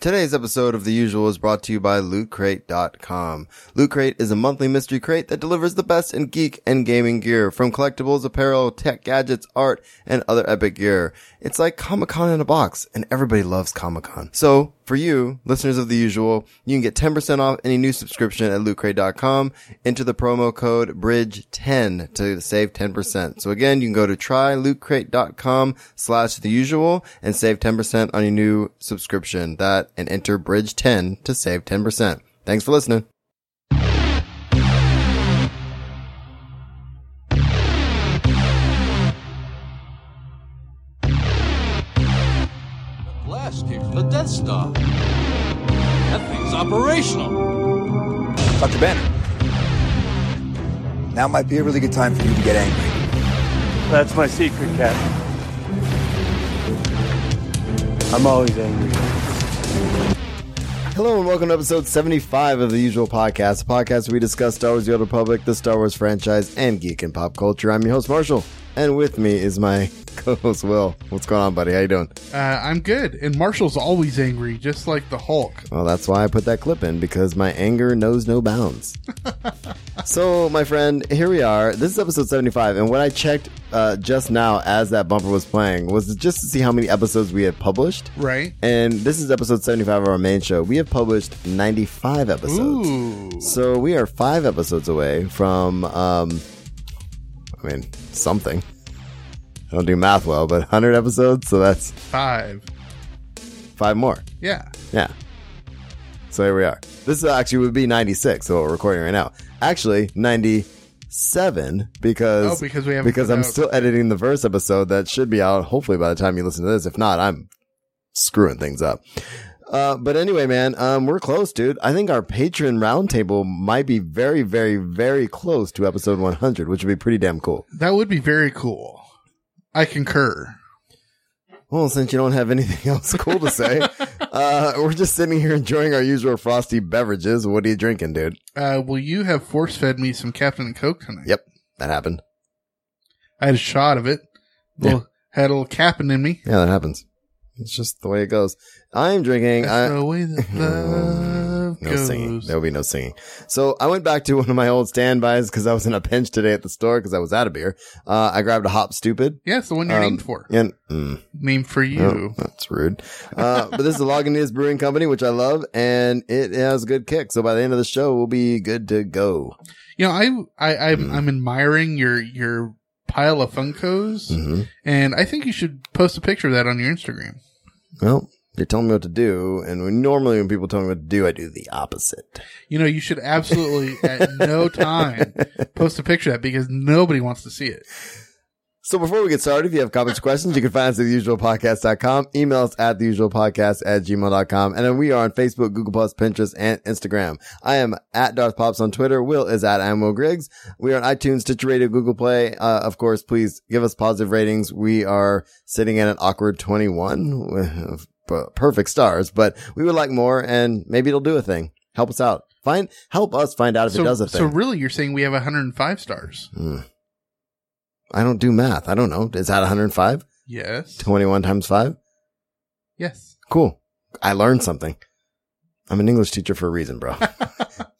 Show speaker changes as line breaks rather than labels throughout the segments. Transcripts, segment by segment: Today's episode of The Usual is brought to you by LootCrate.com. Loot Crate is a monthly mystery crate that delivers the best in geek and gaming gear from collectibles, apparel, tech gadgets, art, and other epic gear. It's like Comic-Con in a box and everybody loves Comic-Con. So for you, listeners of The Usual, you can get 10% off any new subscription at LootCrate.com. Enter the promo code BRIDGE10 to save 10%. So again, you can go to trylootcrate.com slash The Usual and save 10% on your new subscription. That and enter BRIDGE10 to save 10%. Thanks for listening.
Blast came from the Death Star. That thing's operational.
Dr. Banner. Now might be a really good time for you to get angry.
That's my secret, Captain. I'm always angry.
Hello and welcome to episode 75 of the usual podcast, a podcast where we discuss Star Wars The Old Republic, the Star Wars franchise, and geek and pop culture. I'm your host, Marshall, and with me is my co-host, Will. What's going on, buddy? How you doing?
Uh, I'm good. And Marshall's always angry, just like the Hulk.
Well, that's why I put that clip in, because my anger knows no bounds. so, my friend, here we are. This is episode 75, and what I checked uh, just now as that bumper was playing was just to see how many episodes we had published.
Right?
And this is episode 75 of our main show. We have published 95 episodes.
Ooh.
So we are five episodes away from, um, I mean, something. I don't do math well, but 100 episodes, so that's
Five.
five more.
Yeah.
Yeah. So here we are. This actually would be 96, so what we're recording right now. Actually, 97 because
Oh, because we haven't
because
put
I'm
out-
still editing the verse episode that should be out hopefully by the time you listen to this. If not, I'm screwing things up. Uh, but anyway, man, um, we're close, dude. I think our patron roundtable might be very, very, very close to episode 100, which would be pretty damn cool.
That would be very cool. I concur.
Well, since you don't have anything else cool to say, uh, we're just sitting here enjoying our usual frosty beverages. What are you drinking, dude?
Uh, well, you have force fed me some Captain and Coke tonight.
Yep, that happened.
I had a shot of it.
Yeah.
Little- had a little capping in me.
Yeah, that happens. It's just the way it goes. I'm drinking.
That's
I,
the way that love
Uh, no
goes.
singing. There will be no singing. So I went back to one of my old standbys because I was in a pinch today at the store because I was out of beer. Uh, I grabbed a Hop Stupid.
yeah, it's the one you're
Um,
named for.
And mm,
Named for you.
oh, that's rude. Uh, but this is the Lagunitas Brewing Company, which I love, and it has a good kick. So by the end of the show, we'll be good to go.
You know, I, I, I'm,
Mm.
I'm admiring your, your pile of Funkos,
hmm
and I think you should post a picture of that on your Instagram.
Well, you're telling me what to do, and when, normally when people tell me what to do, I do the opposite.
You know, you should absolutely at no time post a picture of that because nobody wants to see it.
So before we get started, if you have comments or questions, you can find us at theusualpodcast.com, email us at theusualpodcast at gmail.com, and then we are on Facebook, Google Plus, Pinterest, and Instagram. I am at Darth Pops on Twitter. Will is at Ammo Griggs. We are on iTunes, Stitcher Radio, Google Play. Uh, of course, please give us positive ratings. We are sitting at an awkward 21 with p- perfect stars, but we would like more and maybe it'll do a thing. Help us out. Find, help us find out if
so,
it does a thing.
so really, you're saying we have 105 stars?
I don't do math. I don't know. Is that 105?
Yes.
21 times five?
Yes.
cool. I learned something. I'm an English teacher for a reason, bro. the,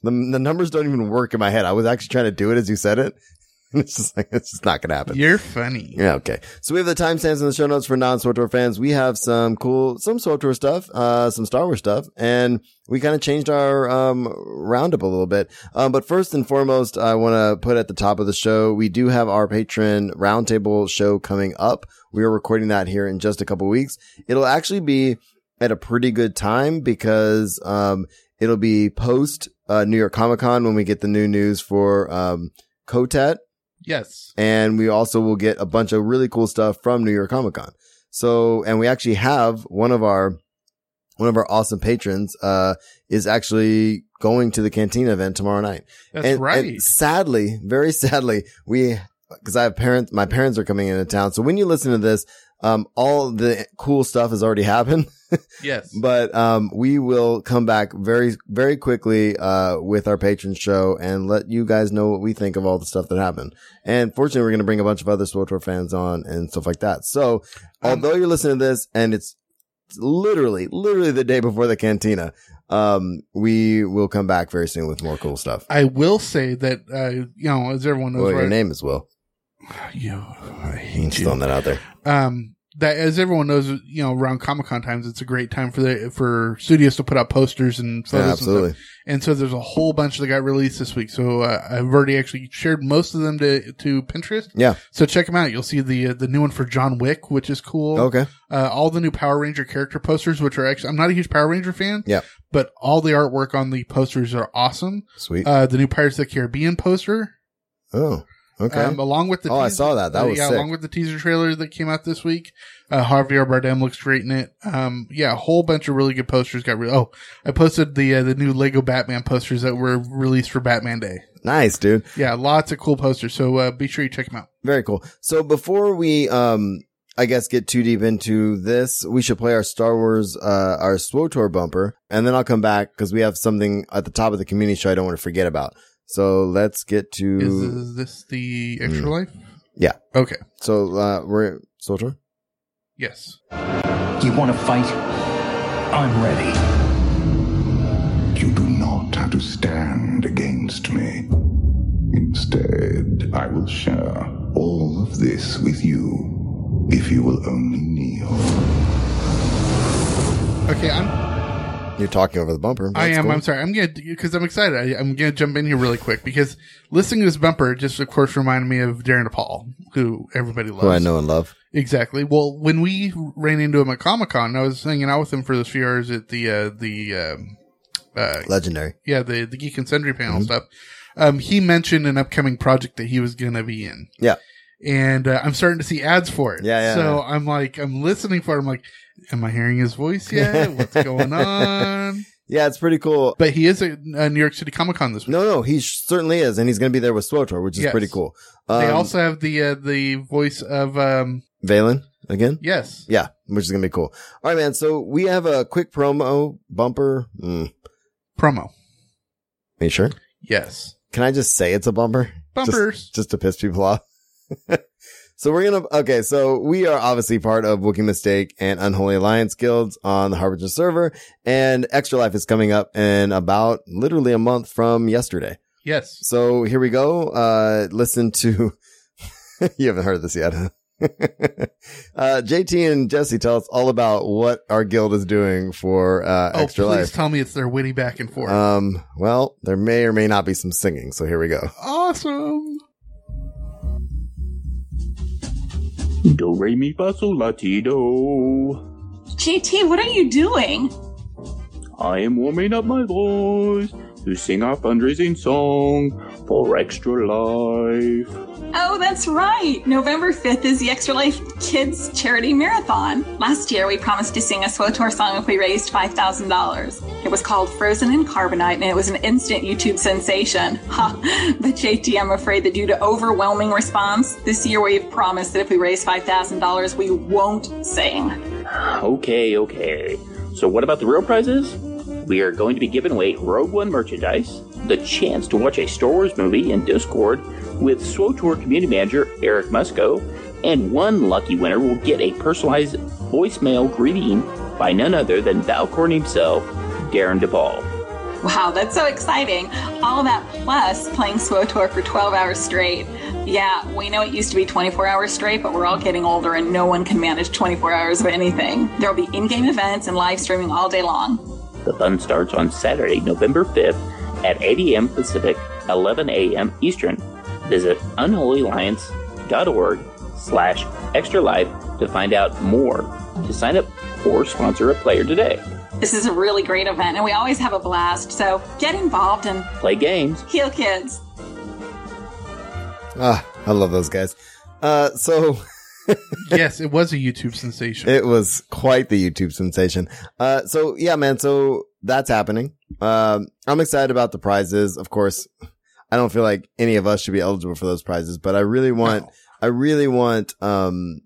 the numbers don't even work in my head. I was actually trying to do it as you said it. It's just like, it's just not going to happen.
You're funny.
Yeah, okay. So we have the timestamps in the show notes for non Sword Tour fans. We have some cool, some Sword Tour stuff, uh, some Star Wars stuff, and we kind of changed our um, roundup a little bit. Um, but first and foremost, I want to put at the top of the show, we do have our patron roundtable show coming up. We are recording that here in just a couple weeks. It'll actually be at a pretty good time because um, it'll be post uh, New York Comic Con when we get the new news for um, Kotet
Yes.
and we also will get a bunch of really cool stuff from New York Comic Con. So, and we actually have one of our one of our awesome patrons uh is actually going to the Cantina event tomorrow night.
That's
And-
right.
And sadly, very sadly, we because I have parents, my parents are coming into town. So when you listen to this, um, all the cool stuff has already happened.
yes.
But um, we will come back very, very quickly uh, with our patron show and let you guys know what we think of all the stuff that happened. And fortunately, we're going to bring
Um,
a bunch of other SWTOR fans on and stuff like that. So, although you're listening to this and it's literally, literally the day before the cantina. Um, we will come back very soon with more cool stuff.
I will say that, uh, you know, as everyone knows,
Well, your
right-
name is Will.
You, I
I'm
hate
just
you.
throwing that out there.
um that as everyone knows you know around comic-con times it's a great time for the for studios to put out posters and
Yeah,
photos and,
absolutely.
stuff. and so there's a whole bunch that got released this week so uh, i've already actually shared most of them to to pinterest
Yeah.
so check them out you'll see the uh, the new one for john wick which is cool
Okay.
uh, all the new power ranger character posters which are actually i'm not a huge power ranger fan
Yeah.
but all the artwork on the posters are awesome
Sweet.
uh the new pirates of the caribbean poster
oh, okay.
um, along with the
Oh, I saw that. That
uh,
was
yeah,
sick.
along with the teaser trailer that came out this week. Uh, Javier Bardem looks great in it. Um, yeah, a whole bunch of really good posters got. Re- oh, I posted the uh, the new Lego Batman posters that were released for Batman Day.
nice, dude.
Yeah, lots of cool posters. So uh, be sure you check them out.
Very cool. So before we, um, I guess get too deep into this, we should play our Star Wars, uh, our SWOTOR bumper, and then I'll come back because we have something at the top of the community show I don't want to forget about. So let's get to,
Is, is this the extra life?
Mm. Yeah.
Okay.
so, uh, we're, SWOTOR?
Yes.
You want to fight? I'm ready.
You do not have to stand against me. Instead, I will share all of this with you if you will only kneel.
Okay. I'm.
You're talking over the bumper.
I
That's
am.
cool.
I'm sorry. I'm gonna because I'm excited. I, I'm gonna jump in here really quick because listening to this bumper just, of course, reminded me of Darren DePaul, who everybody loves.
Who I know and love.
Exactly. Well, when we ran into him at Comic Con, I was hanging out with him for those few hours at the uh, the um, uh,
Legendary.
yeah the the Geek and Sundry panel
Mm-hmm.
stuff. Um, he mentioned an upcoming project that he was going to be in,
Yeah.
and uh, I'm starting to see ads for it.
Yeah, yeah,
so
yeah.
I'm like, I'm listening for it. I'm like, am I hearing his voice yet? What's going on?
Yeah, it's pretty cool.
But he is at uh, New York City Comic Con this week.
No, no, he sh- certainly is, and he's going to be there with Swotor, which is
Yes.
pretty cool.
They
Um,
also have the uh, the voice of um,
Valen again.
yes.
Yeah, which is going to be cool. All right, man. So we have a quick promo bumper. Mm, are
promo.
you sure?
Yes,
Can I just say it's a bumper? Just-
bumpers.
just to piss people off. so we're gonna okay. So we are obviously part of Wookie Mistake and Unholy Alliance guilds on the Harbinger server, and Extra Life is coming up in about literally a month from yesterday.
yes.
So here we go. Uh, listen to. you haven't heard this yet. huh? uh, JT and Jesse tell us all about what our guild is doing for uh,
Oh,
Extra
please
Life.
tell me it's their witty back and forth.
Um, well, there may or may not be some singing, so here we go.
awesome.
Do re mi fa sol la ti do.
JT, what are you doing?
I am warming up my voice to sing our fundraising song for extra life.
Oh, that's right. November 5th is the Extra Life Kids Charity Marathon. Last year, we promised to sing a SWOTOR song if we raised $5,000. It was called Frozen in Carbonite, and it was an instant YouTube sensation. Ha! But JT, I'm afraid that due to overwhelming response, this year we've promised that if we raise $5,000, we won't sing.
Okay, okay. So what about the real prizes? We are going to be giving away Rogue One merchandise, the chance to watch a Star Wars movie in Discord with SWOTOR community manager Eric Musco, and one lucky winner will get a personalized voicemail greeting by none other than Valcorn himself, Darren DePaul.
Wow, that's so exciting. All that plus playing SWOTOR for 12 hours straight. Yeah, we know it used to be 24 hours straight, but we're all getting older and no one can manage 24 hours of anything. There'll be in game events and live streaming all day long.
The fun starts on Saturday, November 5th at 8 a.m. Pacific, 11 a.m. Eastern. Visit unholyalliance.org slash extra life to find out more, to sign up, or sponsor a player today.
This is a really great event and we always have a blast, so get involved and
Play games.
heal kids.
Ah, I love those guys. Uh, so
yes, it was a YouTube sensation.
It was quite the YouTube sensation. Uh, so yeah, man. So that's happening. Um, I'm excited about the prizes. Of course, I don't feel like any of us should be eligible for those prizes, but I really want, I really want, um,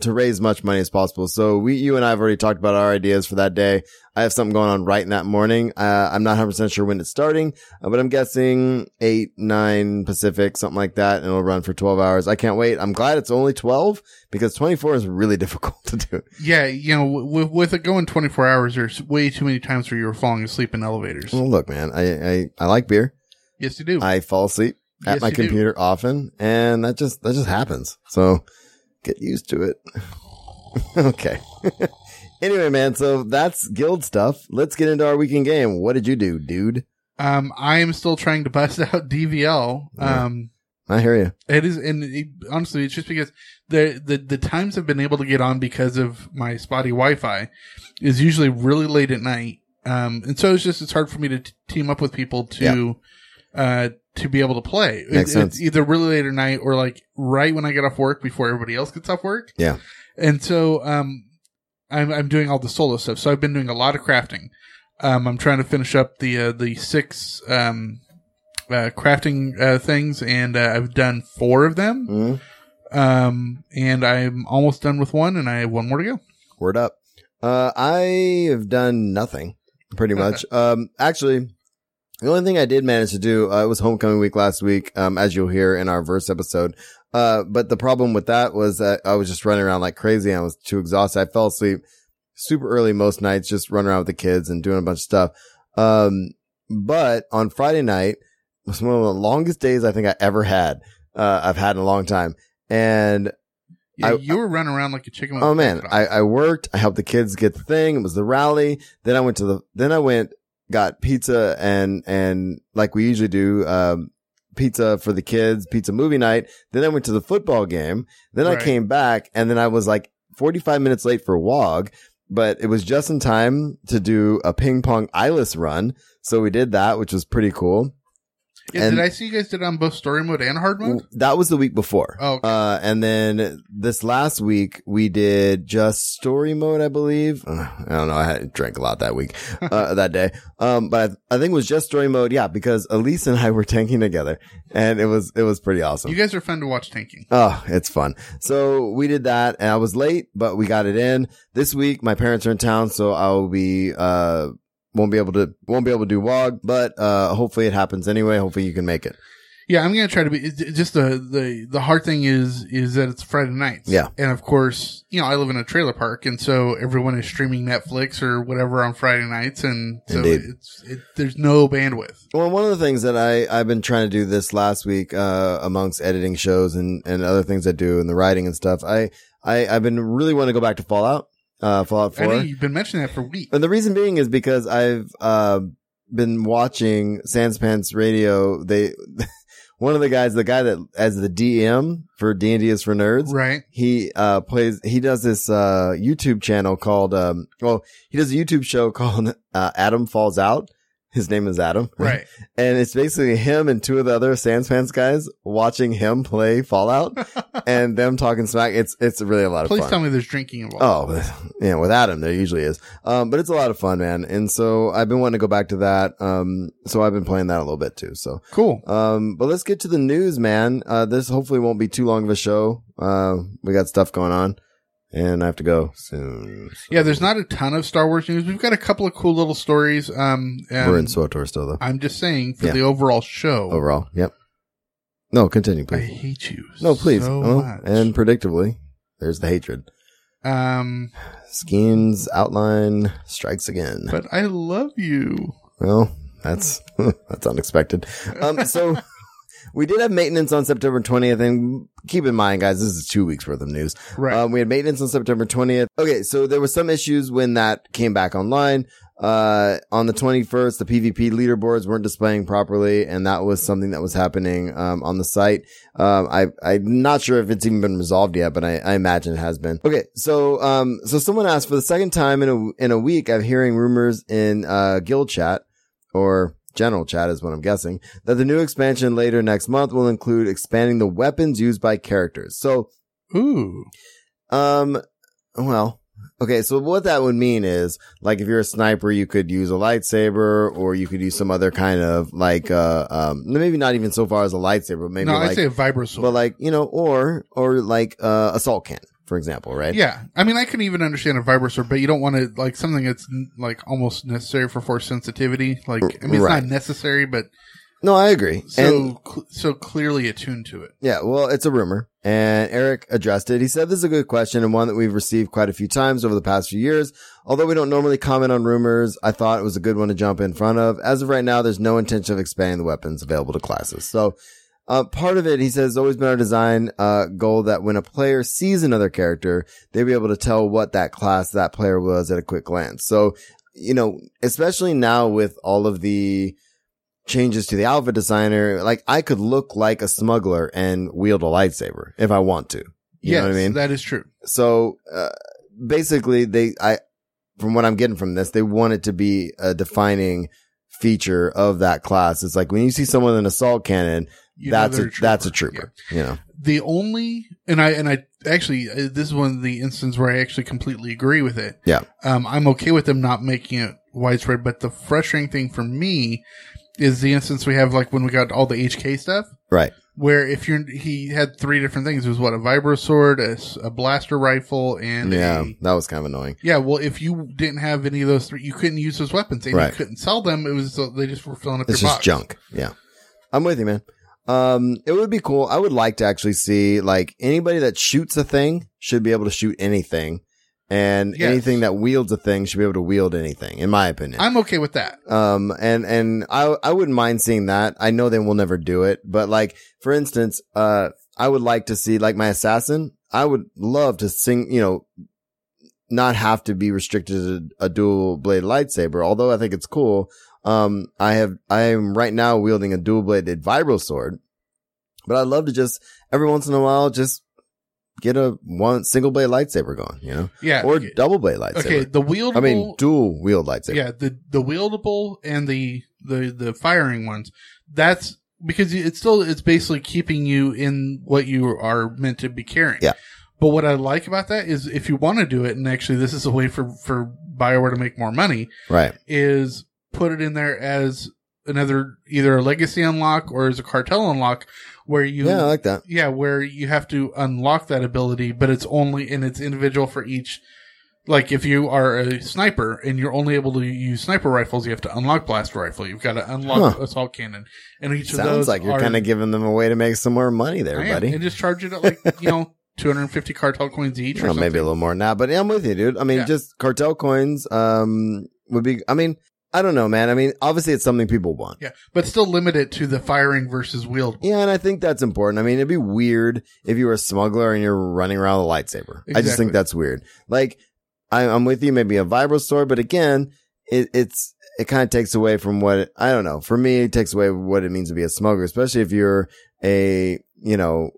to raise much money as possible. So we, you and I have already talked about our ideas for that day. I have something going on right in that morning. Uh, I'm not 100% sure when it's starting, uh, but I'm guessing eight, nine Pacific, something like that. And it'll run for 12 hours. I can't wait. I'm glad it's only 12 because 24 is really difficult to do.
Yeah, you know, with, with it going 24 hours, there's way too many times where you were falling asleep in elevators.
Well, look, man, I, I, I like beer.
yes, you do.
I fall asleep at
Yes,
my
you do.
computer often and that just, that just happens. So get used to it. okay. anyway, man. So that's guild stuff. Let's get into our weekend game. What did you do, dude?
um, I am still trying to bust out DVL.
Yeah.
Um,
I hear you.
It is, and it, honestly, it's just because the, the the times I've been able to get on because of my spotty Wi-Fi is usually really late at night, um, and so it's just it's hard for me to t- team up with people to uh, to be able to play. It-
Makes sense.
It's either really late at night or like right when I get off work before everybody else gets off work.
Yeah.
and so um, I'm I'm doing all the solo stuff. So I've been doing a lot of crafting. Um, I'm trying to finish up the uh, the six um, uh, crafting uh, things, and uh, I've done four of them.
Mhm.
Um, and I'm almost done with one, and I have one more to go.
Word up. Uh, I have done nothing pretty much. um, actually, the only thing I did manage to do, uh, it was homecoming week last week, um, as you'll hear in our verse episode. Uh, but the problem with that was that I was just running around like crazy. I was too exhausted. I fell asleep super early most nights, just running around with the kids and doing a bunch of stuff. Um, but on Friday night was one of the longest days I think I ever had. Uh, I've had in a long time. And
Yeah,
I-
you were running around like a chicken. with
Oh
a
man,
head cut off.
I, I worked. I helped the kids get the thing. It was the rally. Then I went to the. Then I went got pizza and and like we usually do, um, pizza for the kids, pizza movie night. Then I went to the football game. Then
Right.
I came back and then I was like forty five minutes late for WOG, but it was just in time to do a ping pong eyeless run. So we did that, which was pretty cool.
yeah,
and-
did I see you guys did it on both story mode and hard mode?
That was the week before.
Oh, okay.
Uh, and then this last week we did just story mode, I believe. Ugh, I don't know. I had drank a lot that week, uh, that day. Um, but I, I think it was just story mode. Yeah. Because Elise and I were tanking together and it was, it was pretty awesome.
You guys are fun to watch tanking.
Oh, it's fun. So we did that and I was late, but we got it in this week. My parents are in town, so I'll be, uh, won't be able to, won't be able to do WOG, but, uh, hopefully it happens anyway. Hopefully you can make it.
Yeah, I'm gonna try to be. it- it- Just the the the hard thing is is that it's Friday nights.
Yeah.
and of course, you know, I live in a trailer park, and so everyone is streaming Netflix or whatever on Friday nights, and so
Indeed.
it's it, there's no bandwidth.
Well, one of the things that I, I've been trying to do this last week, uh, amongst editing shows and, and other things I do and the writing and stuff, I, I, I've been really want to go back to Fallout, uh, Fallout 4.
I know you've been mentioning that for weeks.
And the reason being is because I've uh, been watching Sans Pants Radio. They, one of the guys, the guy that as the DM for D and D is for nerds.
Right.
He uh, plays. He does this uh, YouTube channel called. Um, well, he does a YouTube show called uh, Adam Falls Out. His name is Adam.
Right.
And it's basically him and two of the other Sans Pants guys watching him play Fallout and them talking smack. It's it's really a lot of
Please
fun.
tell me there's drinking involved.
Oh, yeah, with Adam, there usually is. Um, but it's a lot of fun, man. And so I've been wanting to go back to that. Um, so I've been playing that a little bit too. So,
cool.
um, but let's get to the news, man. Uh, this hopefully won't be too long of a show. Uh, we got stuff going on and I have to go soon.
Yeah, there's not a ton of Star Wars news. We've got a couple of cool little stories. Um, and
We're in SWTOR still though.
I'm just saying for
Yeah.
the overall show.
Overall. Yep. No, continue,
I
please.
hate you.
No, please.
So
Oh,
much.
and predictably, there's the hatred.
um,
Schemes outline strikes again.
but I love you.
Well, that's that's unexpected. Um, so we did have maintenance on September 20th, and keep in mind, guys, this is two weeks worth of news.
Right.
Um, we had maintenance on September 20th. Okay, so there was some issues when that came back online. Uh, on the 21st, the PvP leaderboards weren't displaying properly, and that was something that was happening um, on the site. Um, I I'm not sure if it's even been resolved yet, but I, I imagine it has been. Okay, so um, so someone asked for the second time in a in a week, I'm hearing rumors in uh guild chat or general chat is what I'm guessing, that the new expansion later next month will include expanding the weapons used by characters. So,
Ooh.
um, well, okay. So what that would mean is like if you're a sniper, you could use a lightsaber or you could use some other kind of like, uh, um, maybe not even so far as a lightsaber, but maybe
no,
like,
I'd say a vibro sword.
but like, you know, or, or like, uh, assault cannon. for example, right?
Yeah, I mean, I can even understand a vibrosaur, but you don't want to like something that's n- like almost necessary for force sensitivity. Like, I mean, it's
right.
not necessary, but
No, I agree. and
so cl- so clearly attuned to it.
Yeah, well, it's a rumor. And Eric addressed it. He said this is a good question and one that we've received quite a few times over the past few years. Although we don't normally comment on rumors, I thought it was a good one to jump in front of. As of right now, there's no intention of expanding the weapons available to classes. So, uh, part of it, he says, has always been our design uh, goal that when a player sees another character, they'll be able to tell what that class that player was at a quick glance. So, you know, especially now with all of the changes to the alpha designer, like I could look like a smuggler and wield a lightsaber if I want to. You know what I mean?
that is true.
so uh, basically, they I from what I'm getting from this, they want it to be a defining feature of that class. It's like when you see someone with an assault cannon,
You know
that's a,
they're
that's a
Yeah.
trooper. You know,
the only and I and I actually uh, this is one of the instances where I actually completely agree with it.
Yeah.
Um, I'm okay with them not making it widespread, but the frustrating thing for me is the instance we have like when we got all the HK stuff,
right?
where if you're he had three different things. It was what a vibrosword, a s- a, blaster rifle, and
yeah,
a-
that was kind of annoying.
yeah, well, if you didn't have any of those three, you couldn't use those weapons, and
Right.
you couldn't sell them. It was uh, they just were filling up
It's
your
just
box.
junk. Yeah. I'm with you, man. Um, it would be cool. I would like to actually see like anybody that shoots a thing should be able to shoot anything and
Yes.
anything that wields a thing should be able to wield anything, in my opinion.
I'm okay with that.
um, and, and I, I wouldn't mind seeing that. I know they will never do it, but like, for instance, uh, I would like to see like my assassin. I would love to sing, you know, not have to be restricted to a dual blade lightsaber, although I think it's cool. Um, I have, I am right now wielding a dual bladed vibro sword, but I'd love to just every once in a while, just get a one single blade lightsaber going, you know,
Yeah.
or
okay.
double blade lightsaber.
Okay, the wieldable.
I mean, dual wield lightsaber.
yeah the the wieldable and the the the firing ones that's because you- it's still it's basically keeping you in what you are meant to be carrying
Yeah.
but what i like about that is if you want to do it and actually this is a way for for bioware to make more money
Right.
is put it in there as another either a legacy unlock or as a cartel unlock where you
Yeah, I like that.
yeah, where you have to unlock that ability, but it's only and it's individual for each. Like if you are a sniper and you're only able to use sniper rifles, you have to unlock blaster rifle. You've got to unlock
Huh.
assault cannon, and each of
Sounds
those
like you're
are-
kind of giving them a way to make some more money there,
I am,
buddy.
and just charge it at like you know 250 cartel coins each, or
Well, maybe a
something.
little more now, but yeah, I'm with you, dude. I mean,
Yeah.
just cartel coins um, would be. I mean, I don't know, man. I mean, obviously, it's something people want.
yeah, but still limit it to the firing versus wield.
Yeah, and I think that's important. I mean, it'd be weird if you were a smuggler and you're running around with a lightsaber. I just
Exactly.
think that's weird. Like, I, I'm with you, maybe a vibro sword, but again, it, it's it kind of takes away from what it, I don't know. For me, it takes away what it means to be a smuggler, especially if you're a you know,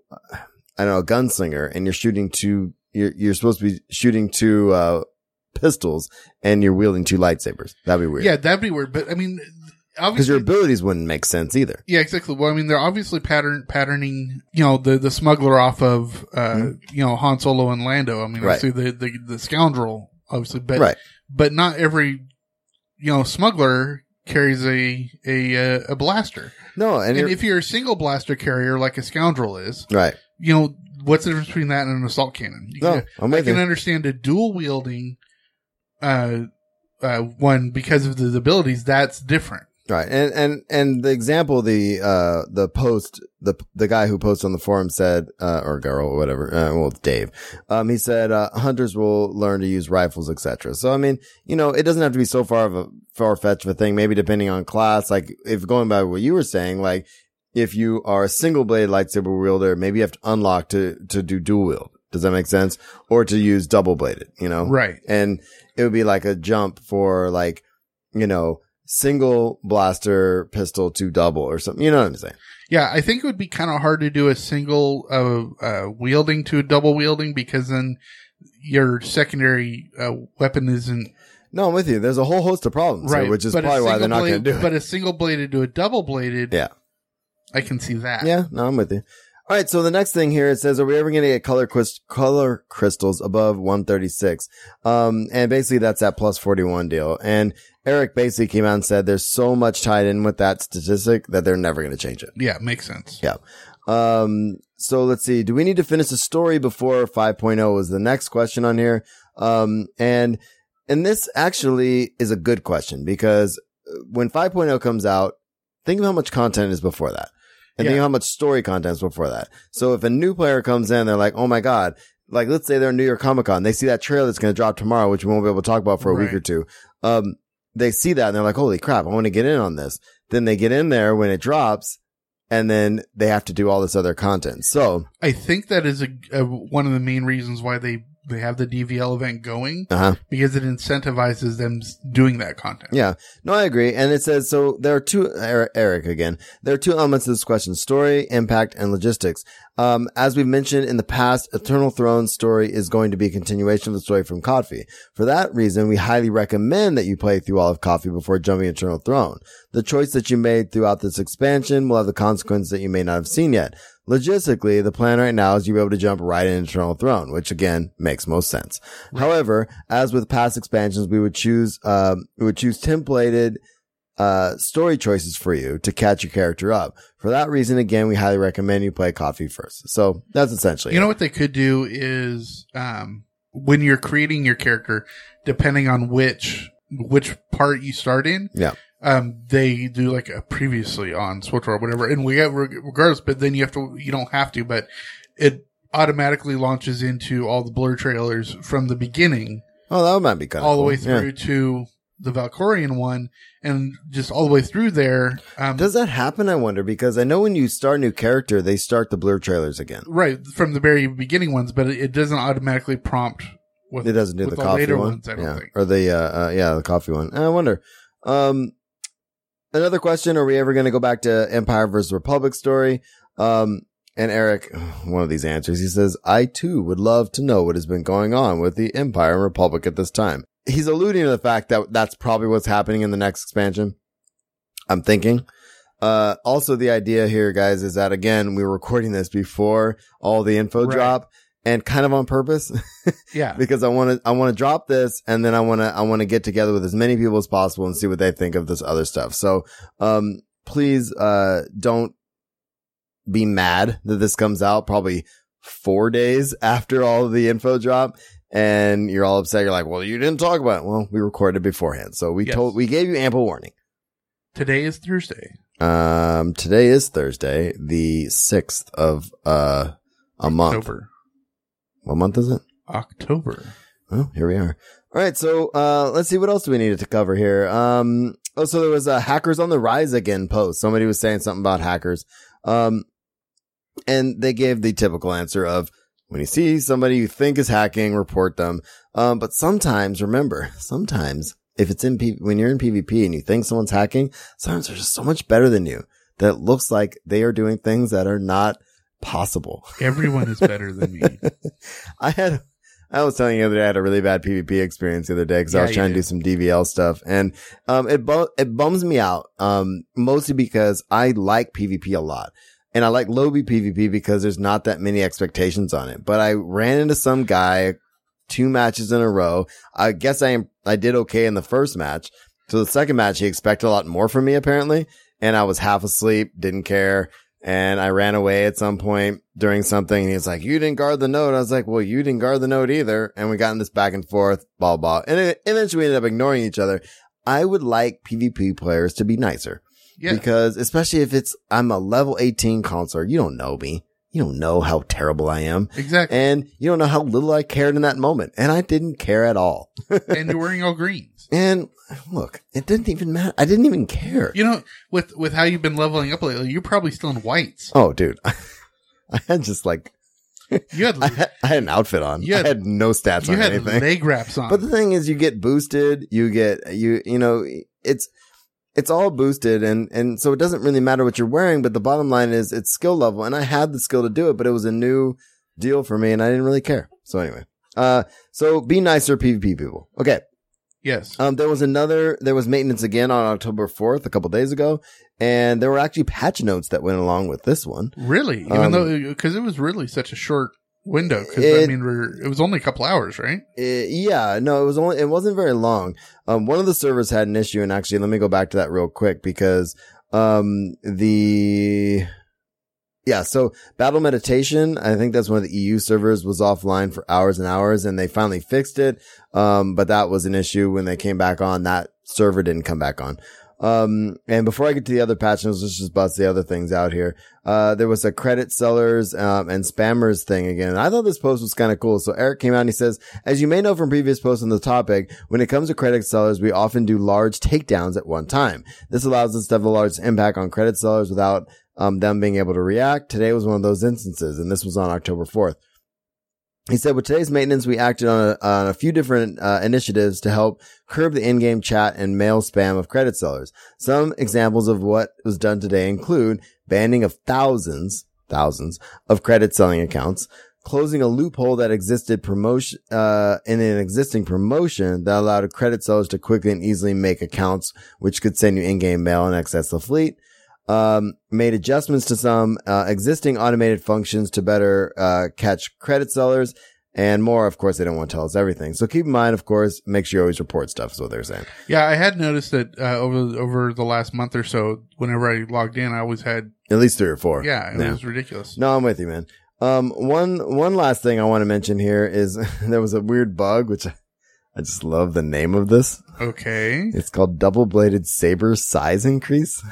I don't know, a gunslinger and you're shooting two. You're you're supposed to be shooting two uh, pistols and you're wielding two lightsabers. That'd be weird.
Yeah, that'd be weird. But I mean,
because
obviously,
your abilities wouldn't make sense either.
Yeah, exactly. Well, I mean, they're obviously pattern patterning, you know, the the smuggler off of, uh, you know, Han Solo and Lando. I mean,
Mm-hmm. Right.
obviously the, the the scoundrel, obviously, but
Right.
but not every, you know, smuggler carries a a uh, a blaster.
No, and,
And,
you're,
if you're a single blaster carrier like a scoundrel is,
right.
you know, what's the difference between that and an assault cannon? You
No,
can-
I'm
I
with
can
you.
understand a dual wielding, uh, uh, one because of the abilities. That's different.
Right. And, and, and the example, the, uh, the post, the, the guy who posted on the forum said, uh, or girl, or whatever, uh, well, it's Dave. Um, he said, uh, hunters will learn to use rifles, etc. So, I mean, you know, it doesn't have to be so far of a far fetched of a thing. Maybe depending on class, like if going by what you were saying, like if you are a single blade lightsaber wielder, maybe you have to unlock to, to do dual wield. Does that make sense? Or to use double bladed, you know?
Right.
And it would be like a jump for like, you know, single blaster pistol to double or something. You know what I'm saying?
Yeah, I think it would be kind of hard to do a single uh, uh, wielding to a double wielding because then your secondary uh, weapon isn't
No, I'm with you. There's a whole host of problems, here,
right,
which is
but a
probably why they're not
single
going to
blade-
do it.
But a single bladed to a double bladed,
Yeah.
I can see that.
Yeah, no, I'm with you. All right, so the next thing here it says, are we ever going to get color quis- color crystals above 136? Um, and basically that's that plus 41 deal. And Eric basically came out and said there's so much tied in with that statistic that they're never going to change it.
yeah, makes sense.
Yeah. Um, so let's see. Do we need to finish the story before 5.0 is the next question on here? Um, and, and this actually is a good question because uh, when 5.0 comes out, think of how much content is before that and think
Yeah.
of how much story content is before that. So if a new player comes in, they're like, Oh my God, like let's say they're in New York Comic Con. They see that trailer that's going to drop tomorrow, which we won't be able to talk about for a week
Right.
or two. Um, they see that and they're like, Holy crap. I want to get in on this. Then they get in there when it drops and then they have to do all this other content. So,
I think that is a, a one of the main reasons why they they have the DVL event going
uh-huh.
because it incentivizes them s- doing that content.
Yeah. No, I agree. And it says, so there are two, Er- Eric again, there are two elements to this question, story, impact, and logistics. Um, as we've mentioned in the past, Eternal Throne story is going to be a continuation of the story from Coffee. For that reason, we highly recommend that you play through all of Coffee before jumping Eternal Throne. The choice that you made throughout this expansion will have the consequences that you may not have seen yet. Logistically, the plan right now is you'll be able to jump right into Eternal Throne, which again makes most sense. However, as with past expansions, we would choose um, we would choose templated uh, story choices for you to catch your character up. For that reason, again, we highly recommend you play coffee first. So that's essentially
You know
it.
what they could do is um, when you're creating your character, depending on which which part you start in,
Yeah.
um, they do like a previously on SWTOR or whatever, and we get regardless. But then you have to, you don't have to, but it automatically launches into all the blur trailers from the beginning
Oh, that might be kind of
all the way
cool. Yeah.
through to the Valkorian one, and just all the way through there. Um,
Does that happen? I wonder because I know when you start a new character, they start the blur trailers again.
right from the very beginning ones, but it, it doesn't automatically prompt. With,
It doesn't do
with
the coffee
later
one,
ones. I don't
yeah.
think.
or the uh, uh, yeah, the coffee one. I wonder. Um, another question: Are we ever going to go back to Empire versus Republic story? Um, and Eric, one of these answers, he says, "I too would love to know what has been going on with the Empire and Republic at this time." He's alluding to the fact that that's probably what's happening in the next expansion. I'm thinking. Uh, also the idea here, guys, is that again, we were recording this before all the info
Right.
drop and kind of on purpose
Yeah.
because I want to I want to drop this and then I want to I want to get together with as many people as possible and see what they think of this other stuff. So, um please uh don't be mad that this comes out probably 4 days after all of the info drop and you're all upset you're like, "Well, you didn't talk about it." Well, we recorded beforehand. So we
Yes.
told we gave you ample warning.
Today is Thursday.
Um today is Thursday, the 6th of uh a month.
October.
What month is it?
October.
Well, Oh, here we are. All right, so uh, let's see what else do we needed to cover here. Um, oh, so there was a hackers on the rise again post. Somebody was saying something about hackers, um, and they gave the typical answer of when you see somebody you think is hacking, report them. Um, but sometimes, remember, sometimes if it's in P- when you're in PvP and you think someone's hacking, sometimes they're just so much better than you that it looks like they are doing things that are not possible.
Everyone is better than me.
I had, I was telling you the other day, I had a really bad PvP experience the other day because I
Yeah,
was
you
trying to do
did.
some DVL stuff and, um, it, bu- it bums me out, um, mostly because I like PvP a lot and I like low B PvP because there's not that many expectations on it, but I ran into some guy two matches in a row. I guess I am, I did okay in the first match. So the second match, he expected a lot more from me apparently. And I was half asleep, didn't care. And I ran away at some point during something. And he's like, you didn't guard the note. I was like, well, you didn't guard the note either. And we got in this back and forth, blah, blah. And it, eventually we ended up ignoring each other. I would like PvP players to be nicer
Yeah.
because especially if it's, I'm a level 18 counselor. You don't know me. You don't know how terrible I am.
exactly.
And you don't know how little I cared in that moment. And I didn't care at all.
And, you're wearing all greens.
And look, it didn't even matter. I didn't even care.
You know, with with how you've been leveling up lately, you're probably still in whites.
oh, dude. I had just like,
You had
I had, I had an outfit on.
You had-
I had no stats
you
on
had
anything.
leg wraps on.
But the thing is, you get boosted. You get you you know it's it's all boosted, and and so it doesn't really matter what you're wearing. But the bottom line is, it's skill level, and I had the skill to do it, but it was a new deal for me, and I didn't really care. So anyway, uh, so be nicer, PvP people. Okay,
yes.
um, there was another, there was maintenance again on October 4th, a couple days ago, and there were actually patch notes that went along with this one.
really? Even
um,
though because it was really such a short window because I
It-
mean we're, it was only a couple hours, right?
Uh, yeah, no, it was only, it wasn't very long. Um, one of the servers had an issue, and actually, let me go back to that real quick because, um, the, Yeah, so Battle Meditation, I think that's one of the EU servers was offline for hours and hours and they finally fixed it. Um, but that was an issue when they came back on. That server didn't come back on. Um, and before I get to the other patch notes, let's just bust the other things out here. Uh, there was a credit sellers, um, and spammers thing again. And I thought this post was kind of cool. So Eric came out and he says, as you may know from previous posts on the topic, when it comes to credit sellers, we often do large takedowns at one time. This allows us to have the largest impact on credit sellers without, um, them being able to react. Today was one of those instances, and this was on October 4th. He said, with today's maintenance, we acted on a, on a few different uh, initiatives to help curb the in-game chat and mail spam of credit sellers. Some examples of what was done today include banning of thousands, thousands of credit selling accounts, closing a loophole that existed promotion, uh, in an existing promotion that allowed credit sellers to quickly and easily make accounts, which could send you in-game mail and access the fleet um, made adjustments to some uh, existing automated functions to better uh, catch credit sellers and more. Of course, they don't want to tell us everything. So keep in mind, of course, make sure you always report stuff is what they're saying.
Yeah, I had noticed that uh, over over the last month or so, whenever I logged in, I always had
At least three or four.
yeah, it was ridiculous.
No, I'm with you, man. Um, one, one last thing I want to mention here is there was a weird bug, which I, I just love the name of this.
Okay,
It's called double bladed saber size increase.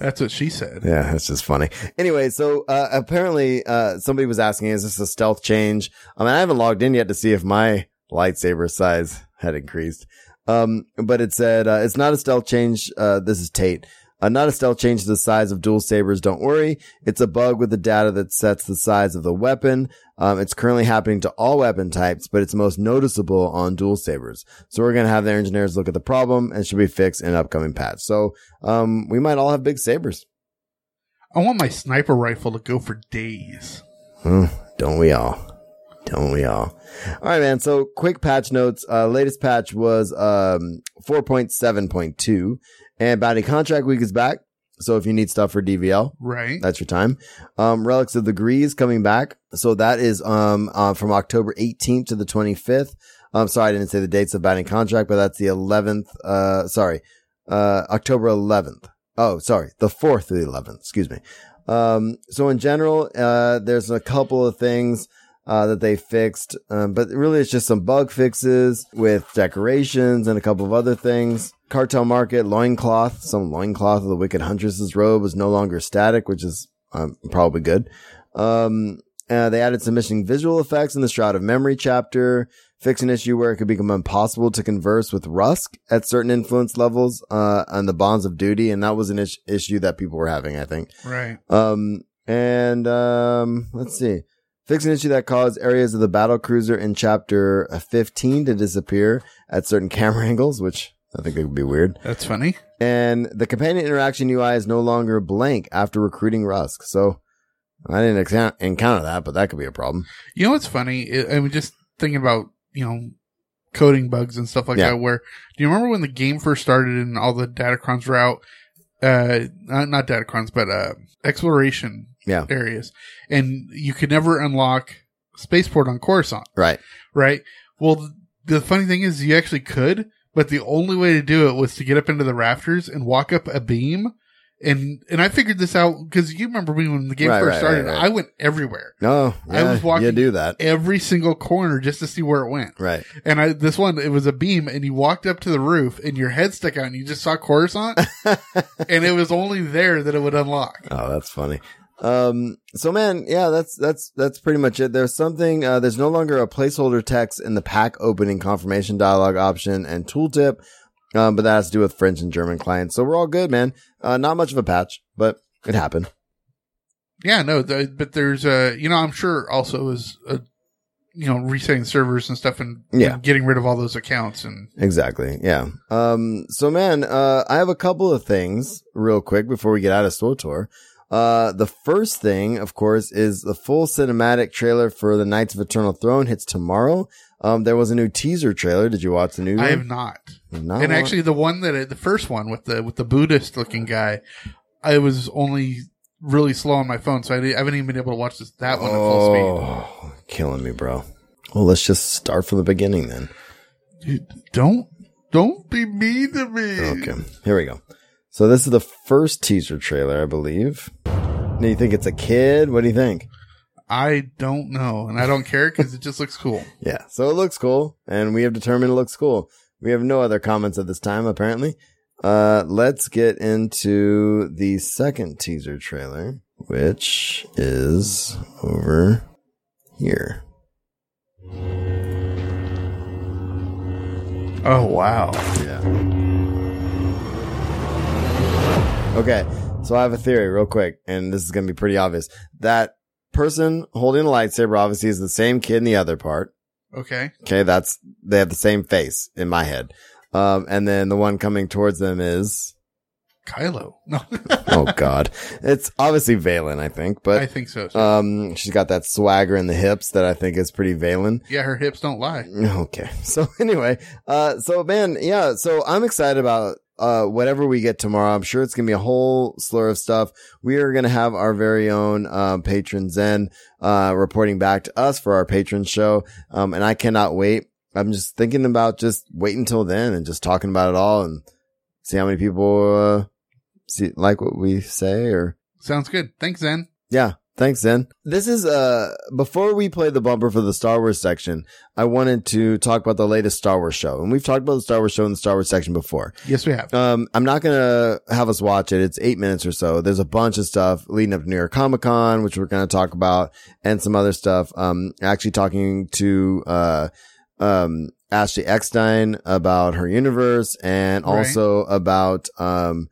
that's what she said.
Yeah, that's just funny. Anyway, so uh, apparently uh, somebody was asking, is this a stealth change? I mean, I haven't logged in yet to see if my lightsaber size had increased. Um, but it said uh, it's not a stealth change. Uh, this is Tate. Uh, not a stealth change to the size of dual sabers. Don't worry, it's a bug with the data that sets the size of the weapon. Um, it's currently happening to all weapon types, but it's most noticeable on dual sabers. So we're gonna have their engineers look at the problem and it should be fixed in an upcoming patch. So um, we might all have big sabers.
I want my sniper rifle to go for days.
Hmm, don't we all? Don't we all? All right, man. So quick patch notes. Uh, latest patch was um 4.7.2, and bounty contract week is back. So if you need stuff for DVL,
Right.
that's your time. Um, Relics of the Grease coming back. So that is um uh, from October 18th to the 25th. I'm sorry, I didn't say the dates of binding contract, but that's the 11th. Uh, sorry, uh, October 11th. Oh, sorry, the 4th to the 11th. Excuse me. Um, so in general, uh, there's a couple of things. Uh, that they fixed, um, but really it's just some bug fixes with decorations and a couple of other things. Cartel Market loincloth, some loincloth of the Wicked Huntress's robe was no longer static, which is um, probably good. Um, uh, they added some missing visual effects in the Shroud of Memory chapter, fixed an issue where it could become impossible to converse with Rusk at certain influence levels uh, on the bonds of duty, and that was an is- issue that people were having, I think.
Right.
Um, and um, let's see. Fix an issue that caused areas of the battle cruiser in chapter 15 to disappear at certain camera angles, which I think it would be weird.
That's funny.
And the companion interaction UI is no longer blank after recruiting Rusk. So I didn't exa- encounter that, but that could be a problem.
You know what's funny? I I mean, just thinking about you know coding bugs and stuff like
Yeah.
that. Where do you remember when the game first started and all the datacrons were out? Uh, not, not datacrons, but uh, exploration
Yeah.
areas, and you could never unlock spaceport on Coruscant,
Right.
right? Well, th- the funny thing is, you actually could, but the only way to do it was to get up into the rafters and walk up a beam. And and I figured this out because you remember me when the game
Right,
first
right, right,
started.
right.
I went everywhere
No,
I
yeah,
was walking-
You do that.
every single corner just to see where it went.
Right.
And I this one it was a beam and you walked up to the roof and your head stuck out and you just saw Coruscant and it was only there that it would unlock.
Oh, that's funny. Um, so man, yeah, that's, that's, that's pretty much it. There's something, uh, there's no longer a placeholder text in the pack opening confirmation dialog option and tooltip. Um, but that has to do with French and German clients. So we're all good, man. Uh, not much of a patch, but it happened.
Yeah, no, the, but there's a you know I'm sure also is a you know resetting servers and stuff and
Yeah.
getting rid of all those accounts and
Exactly. Yeah. Um, so man, uh, I have a couple of things real quick before we get out of SWTOR. Uh, the first thing, of course, is the full cinematic trailer for the Knights of Eternal Throne hits tomorrow. Um, there was a new teaser trailer. Did you watch the new
I
one?
have not.
Not
and
one.
actually the one that the first one with the with the buddhist looking guy i was only really slow on my phone so i, di- I haven't even been able to watch this that one at full
oh, killing me, bro. Well, let's just start from the beginning then.
speed Dude, don't don't be mean to me
Okay, here we go. So this is the first teaser trailer, I believe. Do you think it's a kid? What do you think?
I don't know, and I don't care because it just looks cool.
Yeah, so it looks cool, and we have determined it looks cool. We have no other comments at this time, apparently. Uh, let's get into the second teaser trailer, which is over here.
Oh wow!
Yeah. Okay, so I have a theory real quick, and this is going to be pretty obvious. That person holding the lightsaber obviously is the same kid in the other part.
Okay,
Okay, that's they have the same face in my head. Um, and then the one coming towards them is
Kylo. No,
oh god, it's obviously Valen, I think,
I
but
think so. too.
um, she's got that swagger in the hips that I think is pretty Valen.
yeah, her hips don't lie.
Okay, so anyway, uh, so man, yeah, so I'm excited about uh whatever we get tomorrow. I'm sure it's gonna be a whole slur of stuff. We are gonna have our very own uh, patron Zen uh reporting back to us for our patron show, um, and I cannot wait. I'm just thinking about just waiting till then and just talking about it all and see how many people uh, see like what we say or
Sounds good. Thanks, Zen.
yeah. Thanks, Zen. This is, uh, before we play the bumper for the Star Wars section, I wanted to talk about the latest Star Wars show. And we've talked about the Star Wars show in the Star Wars section before.
Yes, we have.
Um, I'm not gonna have us watch it. It's eight minutes or so. There's a bunch of stuff leading up to New York Comic Con, which we're gonna talk about, and some other stuff. Um, actually talking to uh, um, Ashley Eckstein about her universe, and
Right.
also about um,